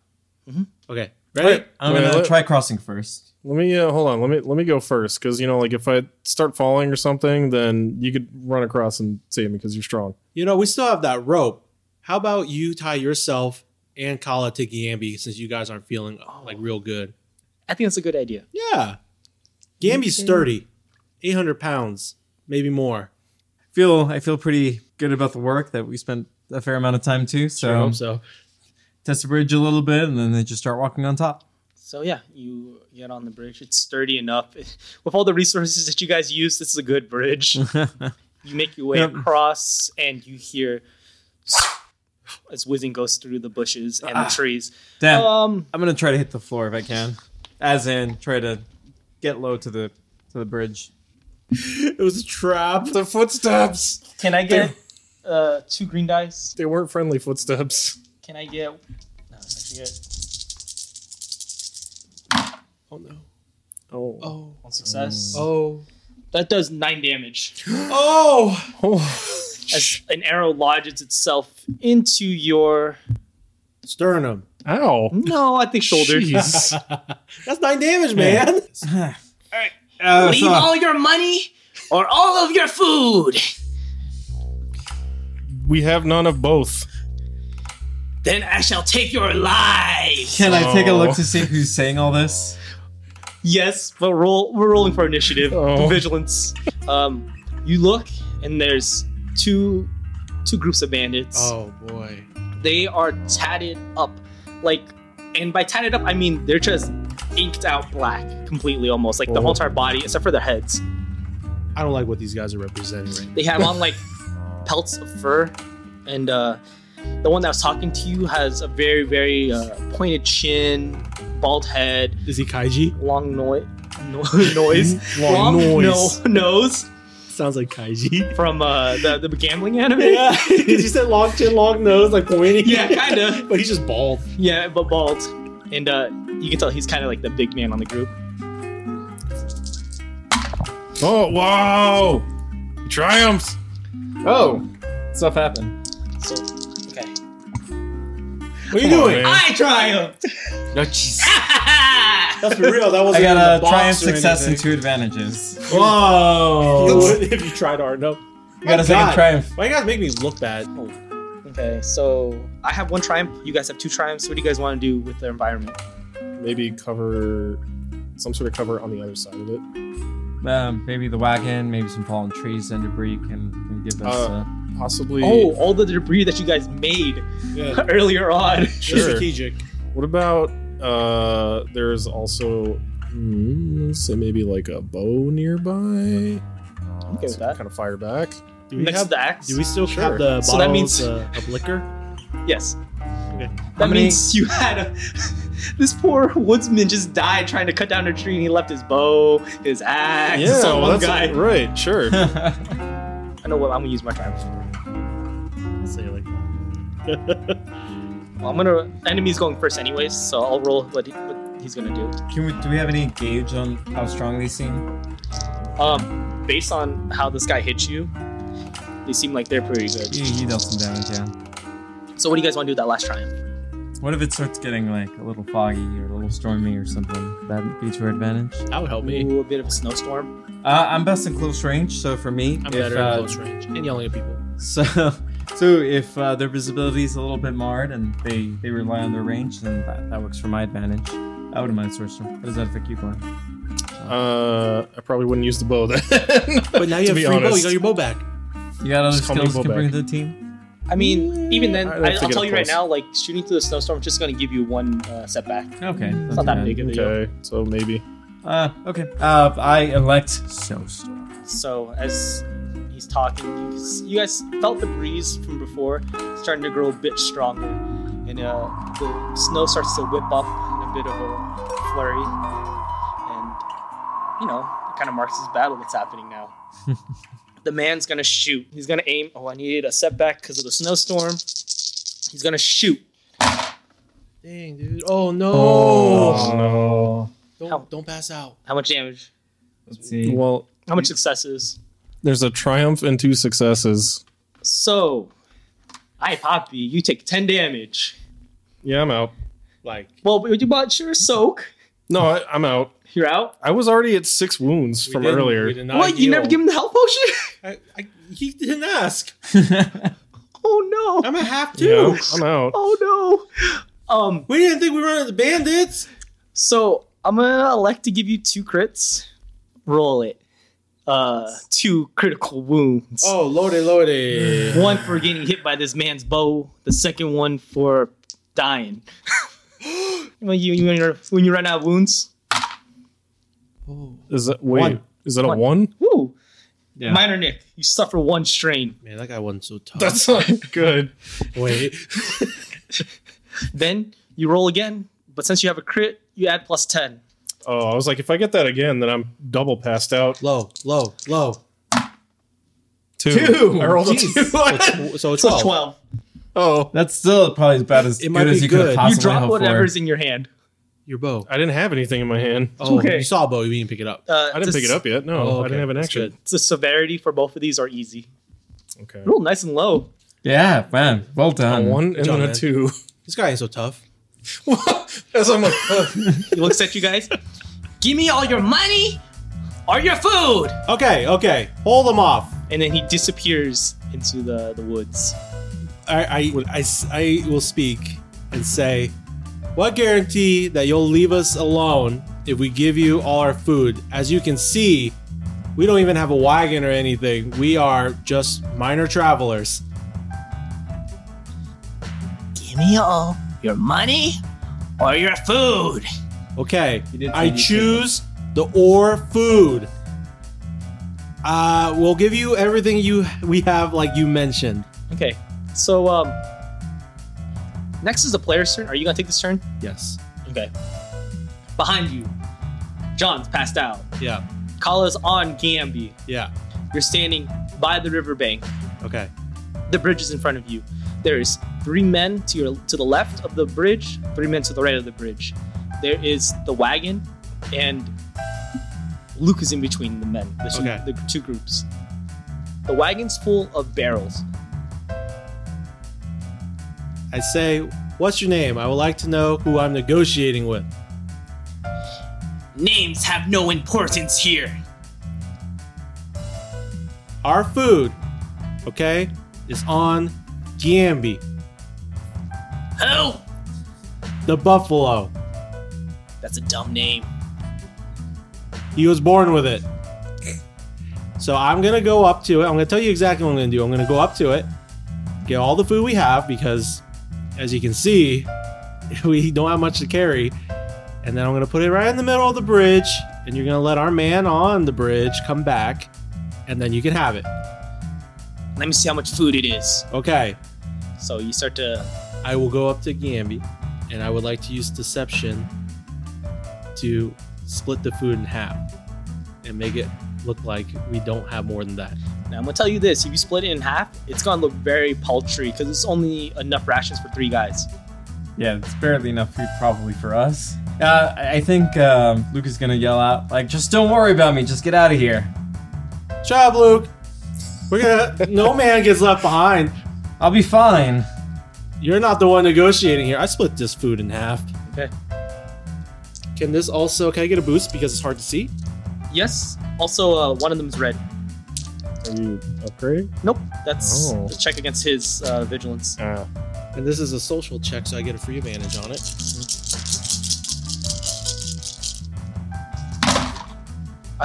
Speaker 1: Mhm.
Speaker 3: Okay,
Speaker 2: All
Speaker 3: ready?
Speaker 2: right, I'm
Speaker 4: Wait,
Speaker 2: gonna
Speaker 4: what?
Speaker 2: try crossing first.
Speaker 4: Let me uh, hold on. Let me let me go first because you know, like if I start falling or something, then you could run across and save me because you're strong.
Speaker 3: You know we still have that rope. How about you tie yourself and Kala to Gambi since you guys aren't feeling like real good?
Speaker 1: I think that's a good idea.
Speaker 3: Yeah, Gambi's sturdy, eight hundred pounds, maybe more.
Speaker 2: Feel I feel pretty good about the work that we spent a fair amount of time too.
Speaker 3: I
Speaker 2: So
Speaker 3: hope so.
Speaker 2: test the bridge a little bit, and then they just start walking on top.
Speaker 1: So yeah, you get on the bridge. It's sturdy enough. <laughs> With all the resources that you guys use, this is a good bridge. you make your way
Speaker 2: Yep.
Speaker 1: across, and you hear <sniffs> as whizzing goes through the bushes and the trees.
Speaker 2: Damn,
Speaker 1: Um,
Speaker 2: I'm gonna try to hit the floor if I can, as in try to get low to the to the bridge.
Speaker 3: It was a trap.
Speaker 4: The footsteps.
Speaker 1: can I get uh, two green dice?
Speaker 4: They weren't friendly <laughs> footsteps.
Speaker 1: Can I get? No, I forget.
Speaker 3: Oh no!
Speaker 4: Oh.
Speaker 3: Oh!
Speaker 1: One success.
Speaker 3: Oh!
Speaker 1: That does nine damage
Speaker 3: Oh!
Speaker 1: as an arrow lodges itself into your.
Speaker 3: <laughs> Sternum.
Speaker 4: Ow.
Speaker 1: No, I think shoulder.
Speaker 4: Jeez.
Speaker 3: That's nine damage, man.
Speaker 2: Uh, so-
Speaker 1: your money or all of your food.
Speaker 4: we have none of both.
Speaker 1: Then I shall take your lives.
Speaker 2: <sighs> can I take a
Speaker 4: Oh.
Speaker 2: look to see who's saying all this?
Speaker 1: Yes, but roll. We're rolling for initiative,
Speaker 4: Oh.
Speaker 1: vigilance. Um, you look, and there's two, two groups of bandits.
Speaker 3: oh boy!
Speaker 1: They are tatted up, like, and by tatted up I mean they're just inked out black completely, almost like the whole
Speaker 4: Oh.
Speaker 1: entire body except for their heads.
Speaker 3: I don't like what these guys are representing right now.
Speaker 1: They have on like pelts of fur, and uh, the one that was talking to you has a very, very uh, pointed chin, bald head,
Speaker 3: Is he Kaiji?
Speaker 1: long noi- no- <laughs> noise,
Speaker 4: Long noise.
Speaker 1: no- <laughs> nose
Speaker 3: Sounds like Kaiji.
Speaker 1: from uh, the, the gambling anime.
Speaker 3: <laughs> yeah, because you said long chin, long nose, like pointy.
Speaker 1: Yeah, kinda.
Speaker 3: <laughs> But he's just bald.
Speaker 1: <laughs> yeah, but bald, and uh, you can tell he's kind of like the big man on the group.
Speaker 4: Oh wow! He triumphs.
Speaker 5: Oh, stuff happened.
Speaker 1: So, okay,
Speaker 3: What are you
Speaker 4: Come on,
Speaker 3: doing?
Speaker 4: man.
Speaker 1: I triumphed.
Speaker 5: No, jeez.
Speaker 3: That's for real. That
Speaker 2: I
Speaker 3: wasn't.
Speaker 2: got a
Speaker 3: box
Speaker 2: triumph
Speaker 3: or
Speaker 2: success and
Speaker 3: anything.
Speaker 2: two advantages.
Speaker 3: Whoa! <laughs>
Speaker 4: That's-
Speaker 3: if you tried hard, no.
Speaker 2: You got a second
Speaker 3: God.
Speaker 2: triumph.
Speaker 3: Why you guys make me look bad?
Speaker 1: <laughs> Okay, so I have one triumph. You guys have two triumphs. What do you guys want to do with the environment?
Speaker 4: Maybe cover some sort of cover on the other side of it.
Speaker 2: Um, maybe the wagon, maybe some fallen trees and debris can, can give us.
Speaker 4: Uh,
Speaker 2: Uh,
Speaker 4: Possibly.
Speaker 1: Oh, all the debris that you guys made
Speaker 3: Yeah.
Speaker 1: <laughs> earlier on.
Speaker 4: sure.
Speaker 3: Strategic.
Speaker 4: What about uh there's also hmm, let's say maybe like a bow nearby.
Speaker 1: I'm okay with that.
Speaker 4: Kind of fire back.
Speaker 3: Do we
Speaker 1: Next
Speaker 3: have?
Speaker 1: to the axe.
Speaker 3: Do we still
Speaker 4: Sure.
Speaker 3: have the bottles
Speaker 1: So that means-
Speaker 3: uh, of liquor?
Speaker 1: Yes.
Speaker 3: Okay.
Speaker 1: That
Speaker 2: many-
Speaker 1: means you had a, <laughs> this poor woodsman just died trying to cut down a tree, and he left his bow, his axe. Yeah,
Speaker 4: well,
Speaker 1: one
Speaker 4: that's-
Speaker 1: guy.
Speaker 4: Right,
Speaker 1: <laughs>
Speaker 3: Uh,
Speaker 4: sure.
Speaker 3: <laughs>
Speaker 1: I know what I'm gonna use my triumph for.
Speaker 3: Let's say like
Speaker 1: Well, I'm gonna. Enemy's going first, anyways, so I'll roll what, he, what he's gonna do.
Speaker 2: can we? Do we have any gauge on how strong they seem?
Speaker 1: Um, based on how this guy hits you, they seem like they're pretty good.
Speaker 2: You, you dealt some damage, yeah.
Speaker 1: So, what do you guys want to do with that last triumph?
Speaker 2: What if it starts getting like a little foggy or a little stormy or something? That'd be to our advantage.
Speaker 3: that would help me.
Speaker 1: Ooh, a bit of a snowstorm.
Speaker 2: Uh, I'm best in close range, so for me,
Speaker 3: I'm
Speaker 2: if,
Speaker 3: better
Speaker 2: uh,
Speaker 3: at close range and yelling at people.
Speaker 2: <laughs> So, so if uh, their visibility is a little bit marred and they, they rely on their range, then that, that works for my advantage. I wouldn't mind sorcerer. What does that affect you, Glenn?
Speaker 4: Uh I probably wouldn't use the bow then.
Speaker 3: But
Speaker 4: <laughs>
Speaker 3: now you
Speaker 4: To
Speaker 3: have free
Speaker 4: be
Speaker 3: bow. You
Speaker 4: honest.
Speaker 3: got your bow back.
Speaker 2: You got other
Speaker 4: Just call me
Speaker 2: skills you can
Speaker 4: Bobek.
Speaker 2: bring to the team?
Speaker 1: I mean, even then,
Speaker 4: I'd
Speaker 1: I,
Speaker 4: have to
Speaker 1: I'll
Speaker 4: get
Speaker 1: tell
Speaker 4: up
Speaker 1: you right
Speaker 4: close.
Speaker 1: now, like shooting through the snowstorm is just gonna give you one uh, setback.
Speaker 2: Okay.
Speaker 1: It's not that big of a deal.
Speaker 4: okay, so maybe.
Speaker 2: Uh, okay. Uh, I elect snowstorm.
Speaker 1: So as he's talking, you, can s- you guys felt the breeze from before starting to grow a bit stronger, and uh, the snow starts to whip up in a bit of a flurry, and you know, it kind of marks this battle that's happening <laughs> now. the man's gonna shoot. He's gonna aim. Oh, I needed a setback because of the snowstorm. He's gonna shoot.
Speaker 3: Dang, dude. Oh no. Oh,
Speaker 2: Oh. no.
Speaker 1: How-
Speaker 3: Don't, don't pass out.
Speaker 1: How much damage?
Speaker 2: Let's see.
Speaker 4: Well,
Speaker 1: How much successes?
Speaker 4: there's a triumph and two successes.
Speaker 1: So, I Poppy, you take ten damage.
Speaker 4: Yeah, I'm out.
Speaker 3: Like
Speaker 1: Well, but you bought your soak.
Speaker 4: No, I, I'm out.
Speaker 1: You're out.
Speaker 4: I was already at six wounds from earlier.
Speaker 1: What? You never give him the health potion? <laughs>
Speaker 3: I, I, he didn't ask.
Speaker 2: <laughs>
Speaker 1: oh no!
Speaker 3: I'm a half two.
Speaker 4: <laughs> Yeah, I'm out.
Speaker 1: Oh no! Um.
Speaker 3: We didn't think we were the bandits.
Speaker 1: So I'm gonna elect to give you two crits. Roll it. Uh, two critical wounds.
Speaker 3: Oh, lordy,
Speaker 1: <sighs>
Speaker 3: lordy.
Speaker 1: One for getting hit by this man's bow. The second one for
Speaker 3: <gasps>
Speaker 1: dying. when you when you when you run out of wounds.
Speaker 4: Is that wait?
Speaker 1: One.
Speaker 4: Is that
Speaker 1: One.
Speaker 4: a one?
Speaker 1: Woo!
Speaker 2: Yeah.
Speaker 1: Minor Nick, you suffer one strain.
Speaker 3: Man, that guy wasn't so tough.
Speaker 4: <laughs> That's <laughs> not good.
Speaker 3: Wait.
Speaker 1: Then you roll again, but since you have a crit, you add plus ten.
Speaker 4: Oh, I was like, if I get that again, then I'm double passed out.
Speaker 3: Low, low, low.
Speaker 4: Two. Er,
Speaker 2: Two.
Speaker 4: I rolled a
Speaker 2: Jeez.
Speaker 3: <laughs> So,
Speaker 4: two.
Speaker 3: tw- so
Speaker 1: So
Speaker 3: 12.
Speaker 1: twelve.
Speaker 4: Oh,
Speaker 2: That's still probably about as
Speaker 3: It might
Speaker 2: good as
Speaker 3: be
Speaker 2: you could
Speaker 3: good.
Speaker 2: have
Speaker 3: You
Speaker 1: You
Speaker 2: possibly
Speaker 1: drop
Speaker 2: hoped
Speaker 1: whatever's
Speaker 2: for.
Speaker 1: in your hand.
Speaker 3: Your bow.
Speaker 4: I didn't have anything in my hand.
Speaker 3: Oh,
Speaker 1: okay.
Speaker 3: you saw a bow. You didn't pick it up.
Speaker 1: Uh,
Speaker 4: I didn't
Speaker 1: this-
Speaker 4: pick it up yet. No,
Speaker 3: Oh,
Speaker 4: I didn't
Speaker 3: okay.
Speaker 4: have an
Speaker 3: That's
Speaker 4: action.
Speaker 1: the severity for both of these are easy.
Speaker 4: Okay.
Speaker 1: Roll nice and low.
Speaker 2: Yeah, man. Well done.
Speaker 4: Oh, One and
Speaker 3: job,
Speaker 4: then a
Speaker 3: man.
Speaker 4: two.
Speaker 3: This guy ain't so tough.
Speaker 4: <laughs> As I'm like, uh,
Speaker 1: He looks at you guys. <laughs> Give me all your money or your food.
Speaker 3: Okay, okay. Hold him off.
Speaker 1: And then he disappears into the, the woods.
Speaker 3: I, I, I s- I will speak and say, What guarantee that you'll leave us alone if we give you all our food? As you can see, we don't even have a wagon or anything. We are just minor travelers.
Speaker 1: Give me all your money or your food.
Speaker 3: Okay,
Speaker 2: He did say
Speaker 3: I
Speaker 2: you could.
Speaker 3: choose the or food. Uh, we'll give you everything you we have, like you mentioned.
Speaker 1: Okay, so um, next is the player's turn. Are you gonna take this turn?
Speaker 3: Yes.
Speaker 1: Okay. Behind you, John's passed out.
Speaker 3: Yeah.
Speaker 1: Kala's on Gambi.
Speaker 3: Yeah.
Speaker 1: You're standing by the riverbank.
Speaker 3: Okay.
Speaker 1: the bridge is in front of you. There is three men to your to the left of the bridge, three men to the right of the bridge. There is the wagon, and Luke is in between the men, the two,
Speaker 3: Okay.
Speaker 1: the two groups. The wagon's full of barrels.
Speaker 3: I say, what's your name? I would like to know who I'm negotiating with.
Speaker 1: Names have no importance here.
Speaker 3: Our food, okay, is on Gamby,
Speaker 1: Who?
Speaker 3: the buffalo.
Speaker 1: That's a dumb name.
Speaker 3: He was born with it. So I'm gonna go up to it. I'm gonna tell you exactly what I'm gonna do. I'm gonna go up to it, get all the food we have because, as you can see, <laughs> we don't have much to carry. And then I'm gonna put it right in the middle of the bridge, and you're gonna let our man on the bridge come back, and then you can have it.
Speaker 1: Let me see how much food it is.
Speaker 3: Okay.
Speaker 1: So you start to.
Speaker 3: I will go up to Gambi, and I would like to use deception to split the food in half and make it look like we don't have more than that.
Speaker 1: Now I'm gonna tell you this: if you split it in half, it's gonna look very paltry because it's only enough rations for three guys.
Speaker 2: Yeah, it's barely enough food probably for us. Uh, I I think um, Luke is gonna yell out like, "Just don't worry about me. Just get out of here.
Speaker 3: Job, Luke. We're gonna. <laughs> no man gets left behind.
Speaker 2: I'll be fine."
Speaker 3: You're not the one negotiating here. I split this food in half.
Speaker 1: Okay.
Speaker 3: Can this also? Can I get a boost because it's hard to see?
Speaker 1: Yes. Also, uh, one of them is red.
Speaker 4: Are you upgrading?
Speaker 1: Nope. That's
Speaker 4: Oh.
Speaker 1: the check against his uh, vigilance.
Speaker 4: Ah,
Speaker 3: And this is a social check, so I get a free advantage on it.
Speaker 1: I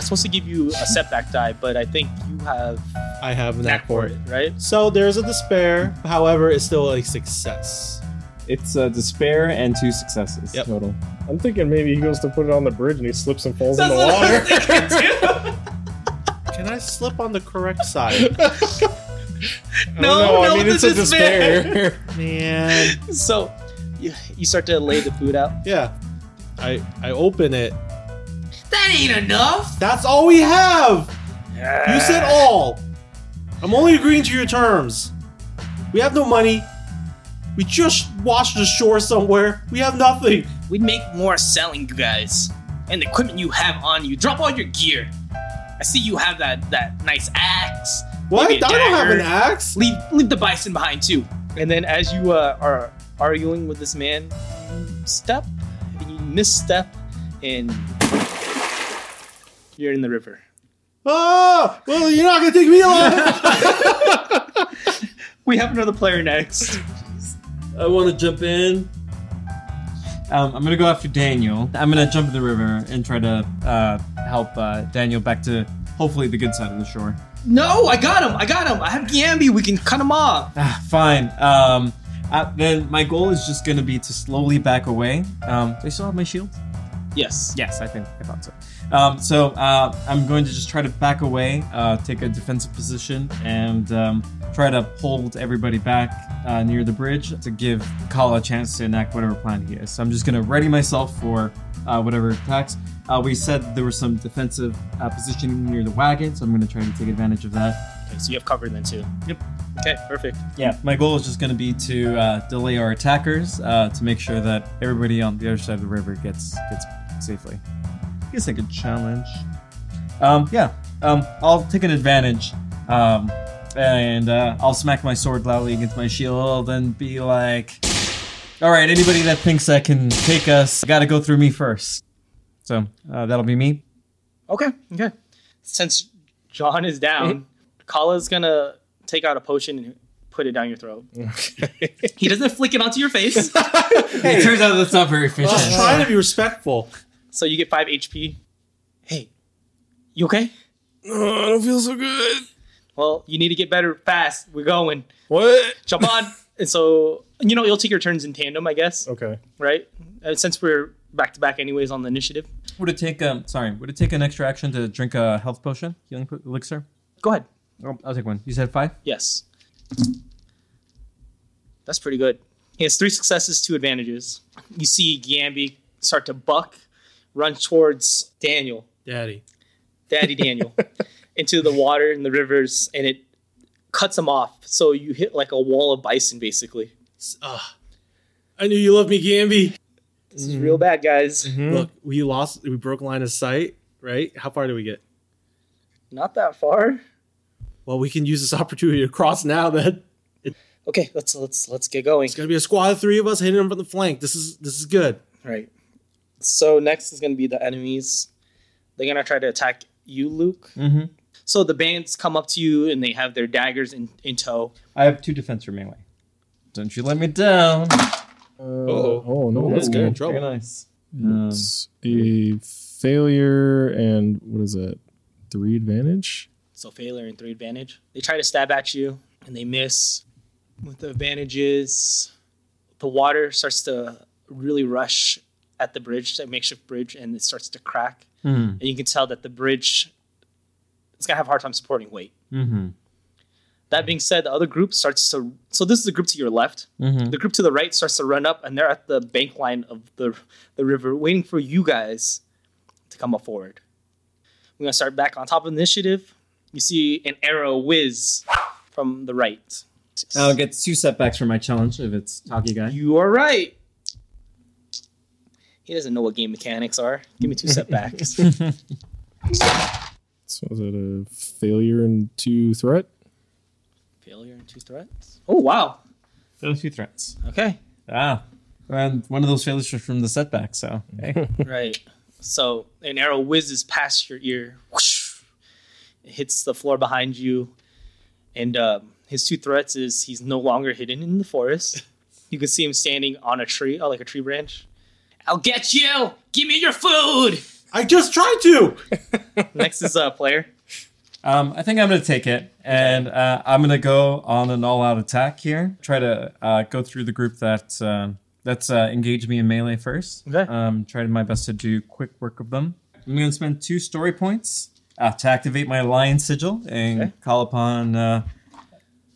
Speaker 1: was supposed to give you a setback die, but I think you have
Speaker 3: I have that for it.
Speaker 1: right?
Speaker 3: So there's a despair. However, it's still a success.
Speaker 5: It's uh, despair and two successes
Speaker 3: Yep.
Speaker 5: total.
Speaker 4: I'm thinking maybe he goes to put it on the bridge and he slips and falls in the water.
Speaker 3: <laughs> Can I slip on the correct side?
Speaker 1: No, no, this is fair. <laughs>
Speaker 3: Man.
Speaker 1: So you, you start to lay the food out.
Speaker 3: Yeah. I I open it.
Speaker 1: That ain't enough.
Speaker 3: That's all we have.
Speaker 1: Ah.
Speaker 3: You said all. I'm only agreeing to your terms. We have no money. We just washed ashore somewhere. We have nothing.
Speaker 1: We'd make more selling you guys and the equipment you have on you. Drop all your gear. I see you have that that nice axe.
Speaker 3: What? I
Speaker 1: Maybe a
Speaker 3: don't have an
Speaker 1: dagger.
Speaker 3: axe.
Speaker 1: Leave leave the bison behind too. And then as you uh, are arguing with this man, you step and you misstep and you're in the river.
Speaker 3: Oh, well, you're not gonna take me alive.
Speaker 1: <laughs> <laughs> We have another player next.
Speaker 5: I want to jump in.
Speaker 2: Um, I'm gonna go after Daniel. I'm gonna jump in the river and try to uh, help uh, Daniel back to hopefully the good side of the shore.
Speaker 1: No, I got him. I got him. I have Gambi. We can cut him off.
Speaker 2: Ah, fine. Um, uh, then my goal is just gonna be to slowly back away. Um, do I still have my shield?
Speaker 1: Yes.
Speaker 2: Yes, I think I thought so. Um, so uh, I'm going to just try to back away, uh, take a defensive position, and um, try to hold everybody back uh, near the bridge to give Kala a chance to enact whatever plan he has. So I'm just going to ready myself for uh, whatever attacks. Uh, we said there was some defensive uh, positioning near the wagon, so I'm going to try to take advantage of that.
Speaker 1: Okay, so you have cover then too.
Speaker 2: Yep.
Speaker 1: Okay, perfect.
Speaker 2: Yeah, my goal is just going to be to uh, delay our attackers uh, to make sure that everybody on the other side of the river gets gets safely. I guess I could challenge. Um, yeah, um, I'll take an advantage, um, and uh, I'll smack my sword loudly against my shield and be like, "All right, anybody that thinks that can take us, got to go through me first. So uh, that'll be me.
Speaker 1: Okay, okay. Since John is <laughs> down, Kala's gonna take out a potion and put it down your throat. <laughs>
Speaker 4: <laughs>
Speaker 1: he doesn't flick it onto your face.
Speaker 2: It turns out that's not very
Speaker 3: I
Speaker 2: efficient.
Speaker 3: was trying to be respectful.
Speaker 1: <laughs> so you get 5 HP. Hey, you okay?
Speaker 4: Oh, I don't feel so good.
Speaker 1: Well, you need to get better fast. We're going.
Speaker 4: What?
Speaker 1: Jump <laughs> on. and so, you know, you'll take your turns in tandem, I guess,
Speaker 4: Okay.
Speaker 1: right? Uh, since we're back to back, anyways, on the initiative.
Speaker 2: Would it take um sorry, would it take an extra action to drink a health potion? Healing po- elixir?
Speaker 1: Go ahead.
Speaker 2: I'll, I'll take one. You said five?
Speaker 1: Yes. That's pretty good. He has three successes, two advantages. You see Gambi start to buck, run towards Daniel,
Speaker 3: Daddy.
Speaker 1: Daddy Daniel, into the water and the rivers, and it cuts him off. So you hit like a wall of bison, basically.
Speaker 3: Ugh. I knew you loved me, Gamby.
Speaker 1: This is real bad, guys.
Speaker 3: Look, we lost. We broke line of sight. Right? How far did we get?
Speaker 1: Not that far.
Speaker 3: Well, we can use this <laughs> opportunity to cross now. Then
Speaker 1: Okay, let's let's let's get going.
Speaker 3: it's gonna be a squad of three of us hitting them from the flank. This is this is good.
Speaker 1: All right. So next is gonna be the enemies. They're gonna try to attack you, Luke.
Speaker 2: Mm-hmm.
Speaker 1: So the bands come up to you and they have their daggers in, in tow.
Speaker 2: I have two defense for melee. Don't you let me down.
Speaker 4: Uh,
Speaker 5: Uh-oh.
Speaker 4: oh no,
Speaker 5: that's
Speaker 4: that's
Speaker 5: good.
Speaker 4: good.
Speaker 5: trouble.
Speaker 2: Very nice. Um,
Speaker 4: It's a failure and what is that? Three advantage.
Speaker 1: So failure and three advantage. They try to stab at you and they miss. With the advantages, the water starts to really rush at the bridge, that makeshift bridge, and it starts to crack.
Speaker 2: mhm,
Speaker 1: And you can tell that the bridge it's gonna have a hard time supporting weight.
Speaker 2: mhm,
Speaker 1: That being said, the other group starts to so this is the group to your left.
Speaker 2: mhm.
Speaker 1: The group to the right starts to run up, and they're at the bank line of the, the river, waiting for you guys to come up forward. We're gonna start back on top of initiative. You see an arrow whiz from the right.
Speaker 2: I'll get two setbacks for my challenge if it's Taki guy.
Speaker 1: You are right. He doesn't know what game mechanics are. Give me two setbacks.
Speaker 4: So is that a failure and two threat?
Speaker 1: Failure and two threats. Oh wow.
Speaker 2: Those two threats.
Speaker 1: Okay.
Speaker 2: Ah. And one of those failures was from the setback, so hey.
Speaker 1: Right. So an arrow whizzes past your ear, whoosh, it hits the floor behind you, and um, his two threats is he's no longer hidden in the forest. You can see him standing on a tree, oh, like a tree branch. I'll get you. Give me your food.
Speaker 3: I just tried to. <laughs>
Speaker 1: Next is a uh, <laughs> player.
Speaker 2: Um, I think I'm going to take it, and uh, I'm going to go on an all-out attack here. Try to uh, go through the group that uh, that's uh, engaged me in melee first.
Speaker 1: Okay.
Speaker 2: Um, try my best to do quick work of them. I'm going to spend two story points uh, to activate my lion sigil and
Speaker 1: Okay.
Speaker 2: call upon uh,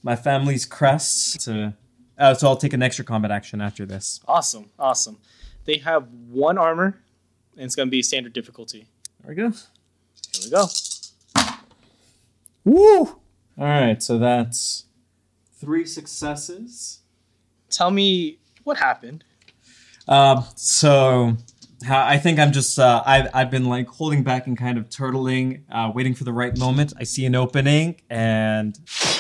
Speaker 2: my family's crest. To uh, so I'll take an extra combat action after this.
Speaker 1: Awesome, awesome. They have one armor, and it's gonna be standard difficulty.
Speaker 2: There we go.
Speaker 1: Here we go.
Speaker 4: Woo!
Speaker 2: All right, so that's three successes.
Speaker 1: Tell me what happened.
Speaker 2: Um, so ha- I think I'm just uh, I've I've been like holding back and kind of turtling, uh, waiting for the right moment. I see an opening and. <sighs>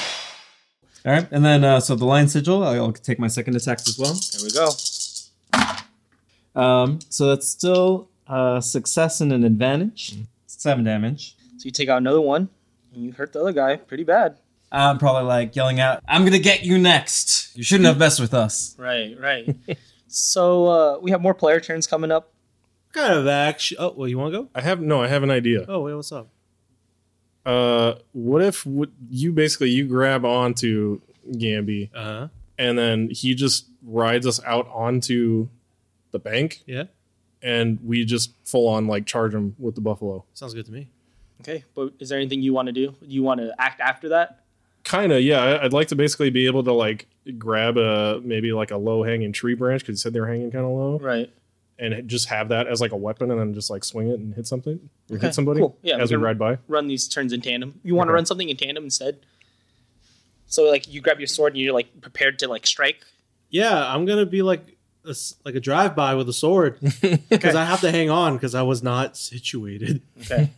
Speaker 2: All right, and then uh, so the lion sigil. I'll take my second attack as well.
Speaker 1: Here we go.
Speaker 2: Um, so that's still uh, success and an advantage. Seven damage.
Speaker 1: So you take out another one, and you hurt the other guy pretty bad.
Speaker 2: I'm probably like yelling out, "I'm gonna get you next! You shouldn't have messed with us."
Speaker 1: Right, <laughs> right. so uh, we have more player turns coming up.
Speaker 3: What kind of action? Oh, well, you want to go?
Speaker 4: I have no. I have an idea.
Speaker 3: Oh, wait, what's up?
Speaker 4: Uh, what if what, you basically you grab onto Gamby
Speaker 3: Uh huh.
Speaker 4: and then he just rides us out onto the bank
Speaker 3: Yeah,
Speaker 4: and we just full on like charge him with the buffalo.
Speaker 3: sounds good to me.
Speaker 1: Okay, but is there anything you want to do? You want to act after that?
Speaker 4: Kind of, yeah. I- I'd like to basically be able to like grab a maybe like a low hanging tree branch because you said they were hanging kind of low,
Speaker 1: Right.
Speaker 4: and just have that as like a weapon, and then just like swing it and hit something or
Speaker 1: Okay,
Speaker 4: hit somebody
Speaker 1: cool. Yeah, we
Speaker 4: as we
Speaker 1: can-
Speaker 4: ride by. <laughs>
Speaker 1: Run these turns in tandem. You want to
Speaker 4: Okay.
Speaker 1: run something in tandem instead? So like you grab your sword and you're like prepared to like strike.
Speaker 3: Yeah, I'm gonna be like a, s- like a drive by with a sword because I have to hang on because I was not situated.
Speaker 1: Okay.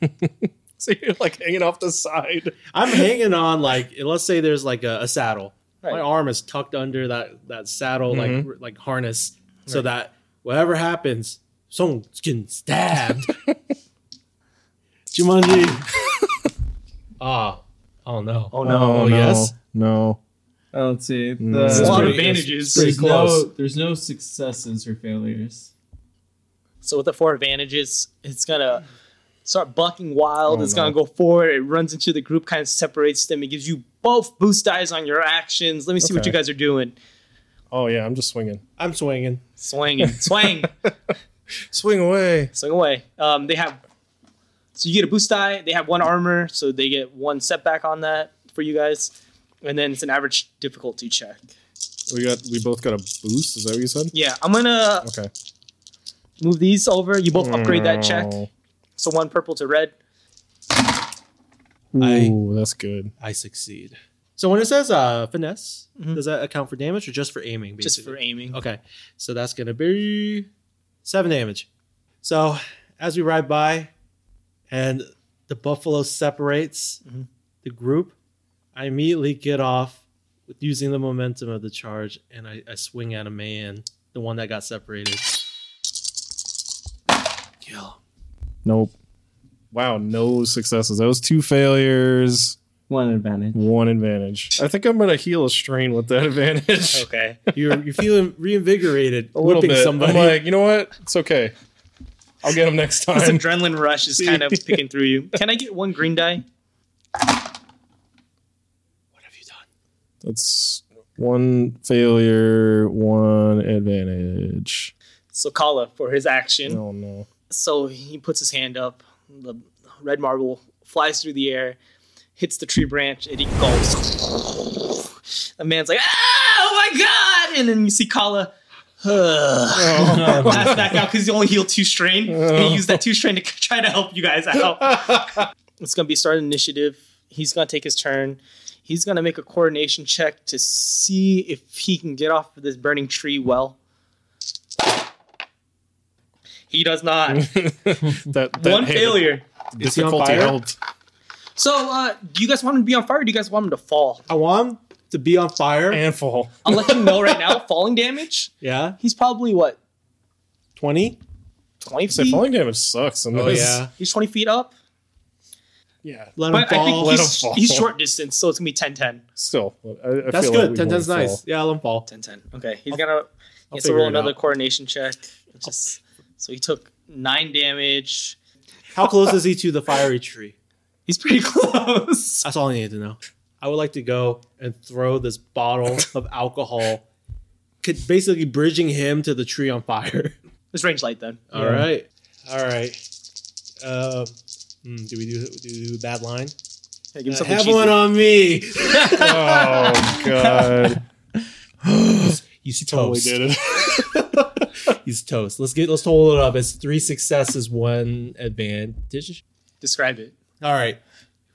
Speaker 4: So you're like hanging off the side.
Speaker 3: I'm hanging on like let's say there's like a, a saddle. My
Speaker 1: Right.
Speaker 3: arm is tucked under that that saddle like
Speaker 4: Mhm.
Speaker 3: r- like harness so that whatever happens, someone's getting <laughs> stabbed. Jumanji. <laughs> Ah, oh no.
Speaker 1: oh
Speaker 4: Oh,
Speaker 3: no.
Speaker 2: Uh,
Speaker 4: no.
Speaker 5: Oh, let's see. The,
Speaker 4: Mm. This is
Speaker 1: a lot of
Speaker 4: pretty-
Speaker 1: advantages.
Speaker 5: There's
Speaker 3: close.
Speaker 5: no, there's no successes or failures.
Speaker 1: So with the four advantages, it's gonna start bucking wild.
Speaker 4: Oh,
Speaker 1: it's
Speaker 4: no.
Speaker 1: gonna go forward. It runs into the group, kind of separates them. It gives you both boost dies on your actions. Let me see what
Speaker 4: Okay.
Speaker 1: you guys are doing.
Speaker 4: Oh yeah, I'm just swinging.
Speaker 3: I'm swinging.
Speaker 1: Swinging,
Speaker 4: <laughs>
Speaker 1: swing.
Speaker 4: Swing away.
Speaker 1: Swing away. Um, they have. So you get a boost die. They have one armor, so they get one setback on that for you guys, and then it's an average difficulty check.
Speaker 4: We got. We both got a boost. Is that what you said?
Speaker 1: Yeah, I'm gonna
Speaker 4: Okay.
Speaker 1: move these over. You both upgrade that check.
Speaker 4: Mm. Oh,
Speaker 1: So one purple to red.
Speaker 3: I-
Speaker 4: Ooh, that's good.
Speaker 3: I succeed. So when it says uh finesse,
Speaker 1: Mhm.
Speaker 3: does that account for damage or just for aiming?
Speaker 1: Just for aiming.
Speaker 3: Okay, so that's gonna be seven damage. So as we ride by, and the buffalo separates
Speaker 4: Mm-hmm.
Speaker 1: Mhm.
Speaker 3: the group, I immediately get off with using the momentum of the charge, and I, I swing at a man, the one that got separated. Kill.
Speaker 4: Nope. Wow, no successes. That was two failures.
Speaker 5: One advantage.
Speaker 4: One advantage. I think I'm gonna heal a strain with that <laughs> advantage.
Speaker 1: Okay.
Speaker 3: You're you're feeling reinvigorated.
Speaker 4: A little
Speaker 3: whipping
Speaker 4: bit.
Speaker 3: somebody.
Speaker 4: I'm like, you know what? It's okay. I'll get him <laughs> next
Speaker 1: <laughs> This
Speaker 4: time.
Speaker 1: adrenaline rush is <laughs> kind of picking through you. Can I get one green die?
Speaker 3: what have you done?
Speaker 4: That's one failure, one advantage.
Speaker 1: So Kala for his action.
Speaker 4: Oh
Speaker 3: <laughs>
Speaker 4: no.
Speaker 1: So he puts his hand up. The red marble flies through the air, hits the tree branch, and he engulfs. The man's like, ah, oh my god! And then you see Kala.
Speaker 4: Oh.
Speaker 1: <sighs> Pass back out because you only heal two strain. And he used that two strain to <laughs> try to help you guys out. it's gonna be start an initiative. He's gonna take his turn. He's gonna make a coordination check to see if he can get off of this burning tree well. He does
Speaker 4: <laughs>
Speaker 1: not.
Speaker 4: That, that
Speaker 1: One
Speaker 4: hit.
Speaker 1: failure.
Speaker 5: he on
Speaker 4: Difficulty
Speaker 5: fire?
Speaker 4: helped.
Speaker 1: So, uh, do you guys want him to be on fire? Or do you guys want him to fall?
Speaker 3: I want him to be on fire.
Speaker 4: And fall.
Speaker 1: I'll let you know right
Speaker 3: <laughs>
Speaker 1: now. Falling damage.
Speaker 3: yeah,
Speaker 1: He's probably what
Speaker 3: twenty.
Speaker 1: twenty
Speaker 4: Say
Speaker 1: feet.
Speaker 4: falling damage sucks. And
Speaker 3: Oh
Speaker 4: this-
Speaker 3: yeah,
Speaker 1: He's twenty feet up.
Speaker 4: Yeah.
Speaker 3: let him
Speaker 1: But I think
Speaker 3: fall.
Speaker 4: Let him
Speaker 1: he's,
Speaker 4: fall.
Speaker 1: he's short distance, so it's gonna be 10-10.
Speaker 4: Still. I, I
Speaker 3: That's
Speaker 4: feel like
Speaker 3: good.
Speaker 4: we
Speaker 3: Ten ten's
Speaker 4: won't
Speaker 3: nice.
Speaker 4: fall.
Speaker 3: Yeah, let him fall.
Speaker 1: 10-10. Okay, he's gonna he has to
Speaker 3: figure
Speaker 1: roll
Speaker 3: it
Speaker 1: another
Speaker 3: out.
Speaker 1: coordination check. It's Just so he took nine damage.
Speaker 3: How close is he to the fiery tree?
Speaker 1: He's pretty <laughs> close.
Speaker 3: That's all I needed to know. I would like to go and throw this bottle of alcohol, could- basically bridging him to the tree on fire. <laughs>
Speaker 1: It's range light then.
Speaker 3: All right, all right. Uh, hmm, do we do do we do a bad line?
Speaker 1: Hey, give him
Speaker 3: Uh,
Speaker 1: something
Speaker 3: have
Speaker 1: cheesy.
Speaker 3: one on me.
Speaker 4: Oh god.
Speaker 3: <laughs> He's toast.
Speaker 4: totally did it.
Speaker 3: He's toast. Let's get let's total it up. It's three successes, one advantage.
Speaker 1: Describe it.
Speaker 3: All right.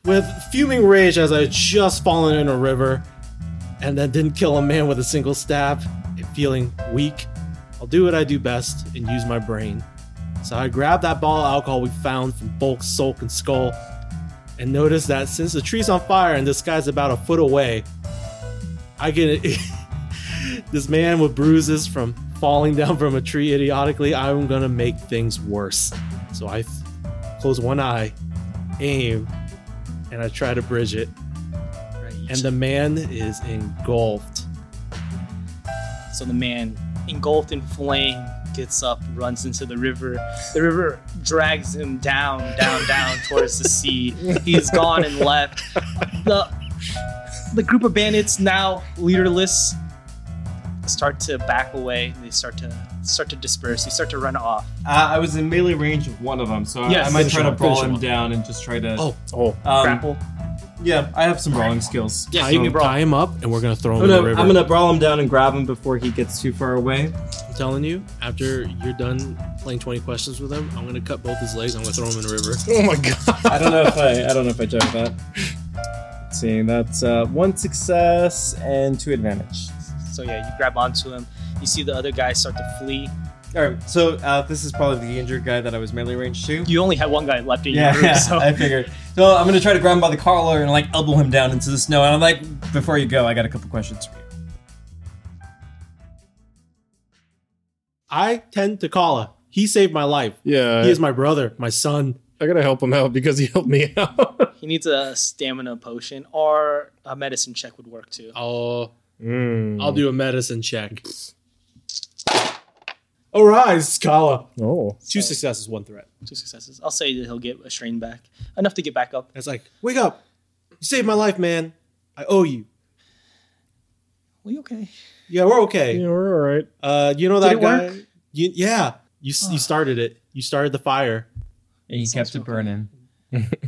Speaker 3: With fuming rage as I had just fallen in a river and then didn't kill a man with a single stab and feeling weak, I'll do what I do best and use my brain. So I grabbed that bottle of alcohol we found from Bulk, Sulk, and Skull and noticed that since the tree's on fire and this guy's about a foot away, I can. <laughs> this man with bruises from falling down from a tree idiotically, I'm gonna make things worse. So I f- close one eye aim and I try to bridge it. And the man is engulfed.
Speaker 1: So the man, engulfed in flame, gets up, runs into the river. The river drags him down, down, down towards the sea. He's gone and left. The the group of bandits now leaderless start to back away. They start to start to disperse. They start to run off.
Speaker 5: Uh, I was in melee range of one of them, so I-
Speaker 1: Yes,
Speaker 5: I might
Speaker 1: finish
Speaker 5: try to
Speaker 3: him,
Speaker 5: brawl
Speaker 3: finish
Speaker 5: him
Speaker 3: him.
Speaker 5: down and just try to.
Speaker 3: Oh,
Speaker 4: <laughs> Oh.
Speaker 5: um,
Speaker 1: Grapple.
Speaker 5: Yeah, I have some brawling skills.
Speaker 1: Yeah,
Speaker 5: so-
Speaker 1: you can brawl.
Speaker 3: tie him up and we're gonna throw him
Speaker 5: I'm
Speaker 3: in the
Speaker 5: gonna,
Speaker 3: river.
Speaker 5: I'm gonna brawl him down and grab him before he gets too far away.
Speaker 3: I'm telling you, after you're done playing 20 questions with him, I'm gonna cut both his legs. I'm gonna throw him in the river.
Speaker 4: Oh my god.
Speaker 5: I don't know if I, I don't know if I jump that. Let's see, that's uh, one success and two advantage.
Speaker 1: So yeah, you grab onto him. You see the other guys start to flee.
Speaker 5: All right, so uh, this is probably the injured guy that I was melee range to.
Speaker 1: You only had one guy left in
Speaker 5: <laughs> Yeah,
Speaker 1: your group,
Speaker 5: yeah,
Speaker 1: so
Speaker 5: <laughs> I figured. So I'm gonna try to grab him by the collar and like elbow him down into the snow. And I'm like, before you go, I got a couple questions for you.
Speaker 3: I tend to call him. He saved my life.
Speaker 4: Yeah.
Speaker 3: He is my brother, my son.
Speaker 4: I gotta help him out because he helped me out. <laughs>
Speaker 1: he needs a stamina potion or a medicine check would work too.
Speaker 3: I'll
Speaker 4: Mm.
Speaker 3: I'll do a medicine check. Arise, Kala.
Speaker 4: Oh.
Speaker 3: Two successes, one threat.
Speaker 1: two successes. I'll say that he'll get a strain back, enough to get back up.
Speaker 3: It's like, wake up! You saved my life, man. I owe you.
Speaker 1: We okay?
Speaker 3: Yeah, we're okay.
Speaker 4: Yeah, we're all
Speaker 3: <laughs>
Speaker 4: right.
Speaker 3: Uh, you know
Speaker 1: Did
Speaker 3: that
Speaker 1: it
Speaker 3: guy?
Speaker 1: work?
Speaker 3: You, yeah, you s you started it. You started the fire.
Speaker 5: And he kept it burning.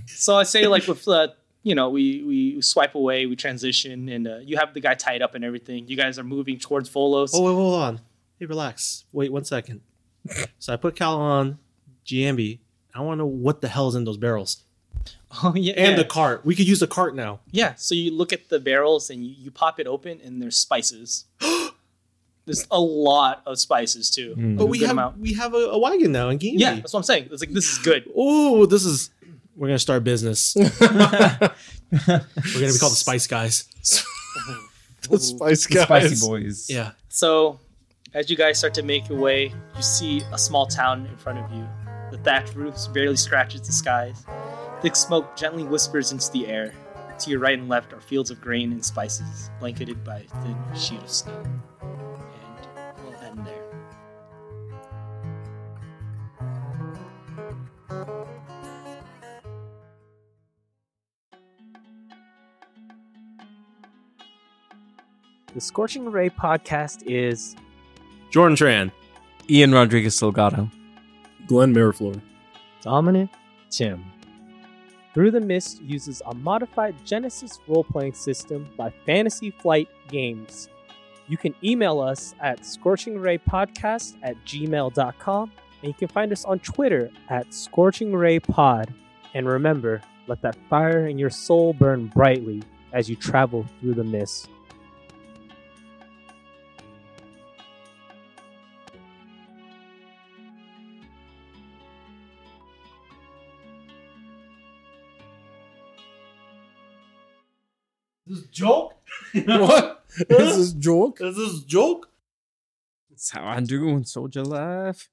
Speaker 1: So I say like with uh, you know we we swipe away, we transition, and uh, you have the guy tied up and everything. You guys are moving towards Volos.
Speaker 3: Oh, wait, hold on. Hey, relax. Wait one second. <laughs> so I put Cal on Giambi. I want to know what the hell's in those barrels
Speaker 1: <laughs> Oh, yeah,
Speaker 3: and
Speaker 1: yeah.
Speaker 3: the cart. We could use the cart now.
Speaker 1: yeah. So you look at the barrels and you, you pop it open, and there's
Speaker 3: <gasps>
Speaker 1: spices. there's a lot of spices too.
Speaker 4: Mm.
Speaker 3: But we
Speaker 1: Good
Speaker 3: have
Speaker 1: amount.
Speaker 3: we have a, a wagon now in Giambi.
Speaker 1: yeah, that's what I'm saying. It's like this is good.
Speaker 3: Oh, this is. We're gonna start business. We're gonna be called the <laughs> Spice Guys.
Speaker 4: The Spice
Speaker 5: The
Speaker 4: Guys.
Speaker 5: Spicy boys.
Speaker 3: Yeah.
Speaker 1: So, as you guys start to make your way, you see a small town in front of you. The thatched roofs barely scratches the skies. Thick smoke gently whispers into the air.
Speaker 6: To your right and left are fields of grain and spices, blanketed by a thin sheet of snow. And we'll end there.
Speaker 1: The Scorching Ray podcast is
Speaker 3: Jordan Tran.
Speaker 2: Ian Rodriguez Delgado.
Speaker 4: Glenn Miraflor.
Speaker 1: Dominant Tim. Through the Mist uses a modified Genesis role playing system by Fantasy Flight Games. You can email us at scorchingraypodcast at gmail.com and you can find us on Twitter at scorchingraypod. And remember, let that fire in your soul burn brightly as you travel through the mist.
Speaker 3: This joke? <laughs>
Speaker 4: what? Is this joke?
Speaker 3: Is this joke?
Speaker 2: That's how I do in Soldier Life.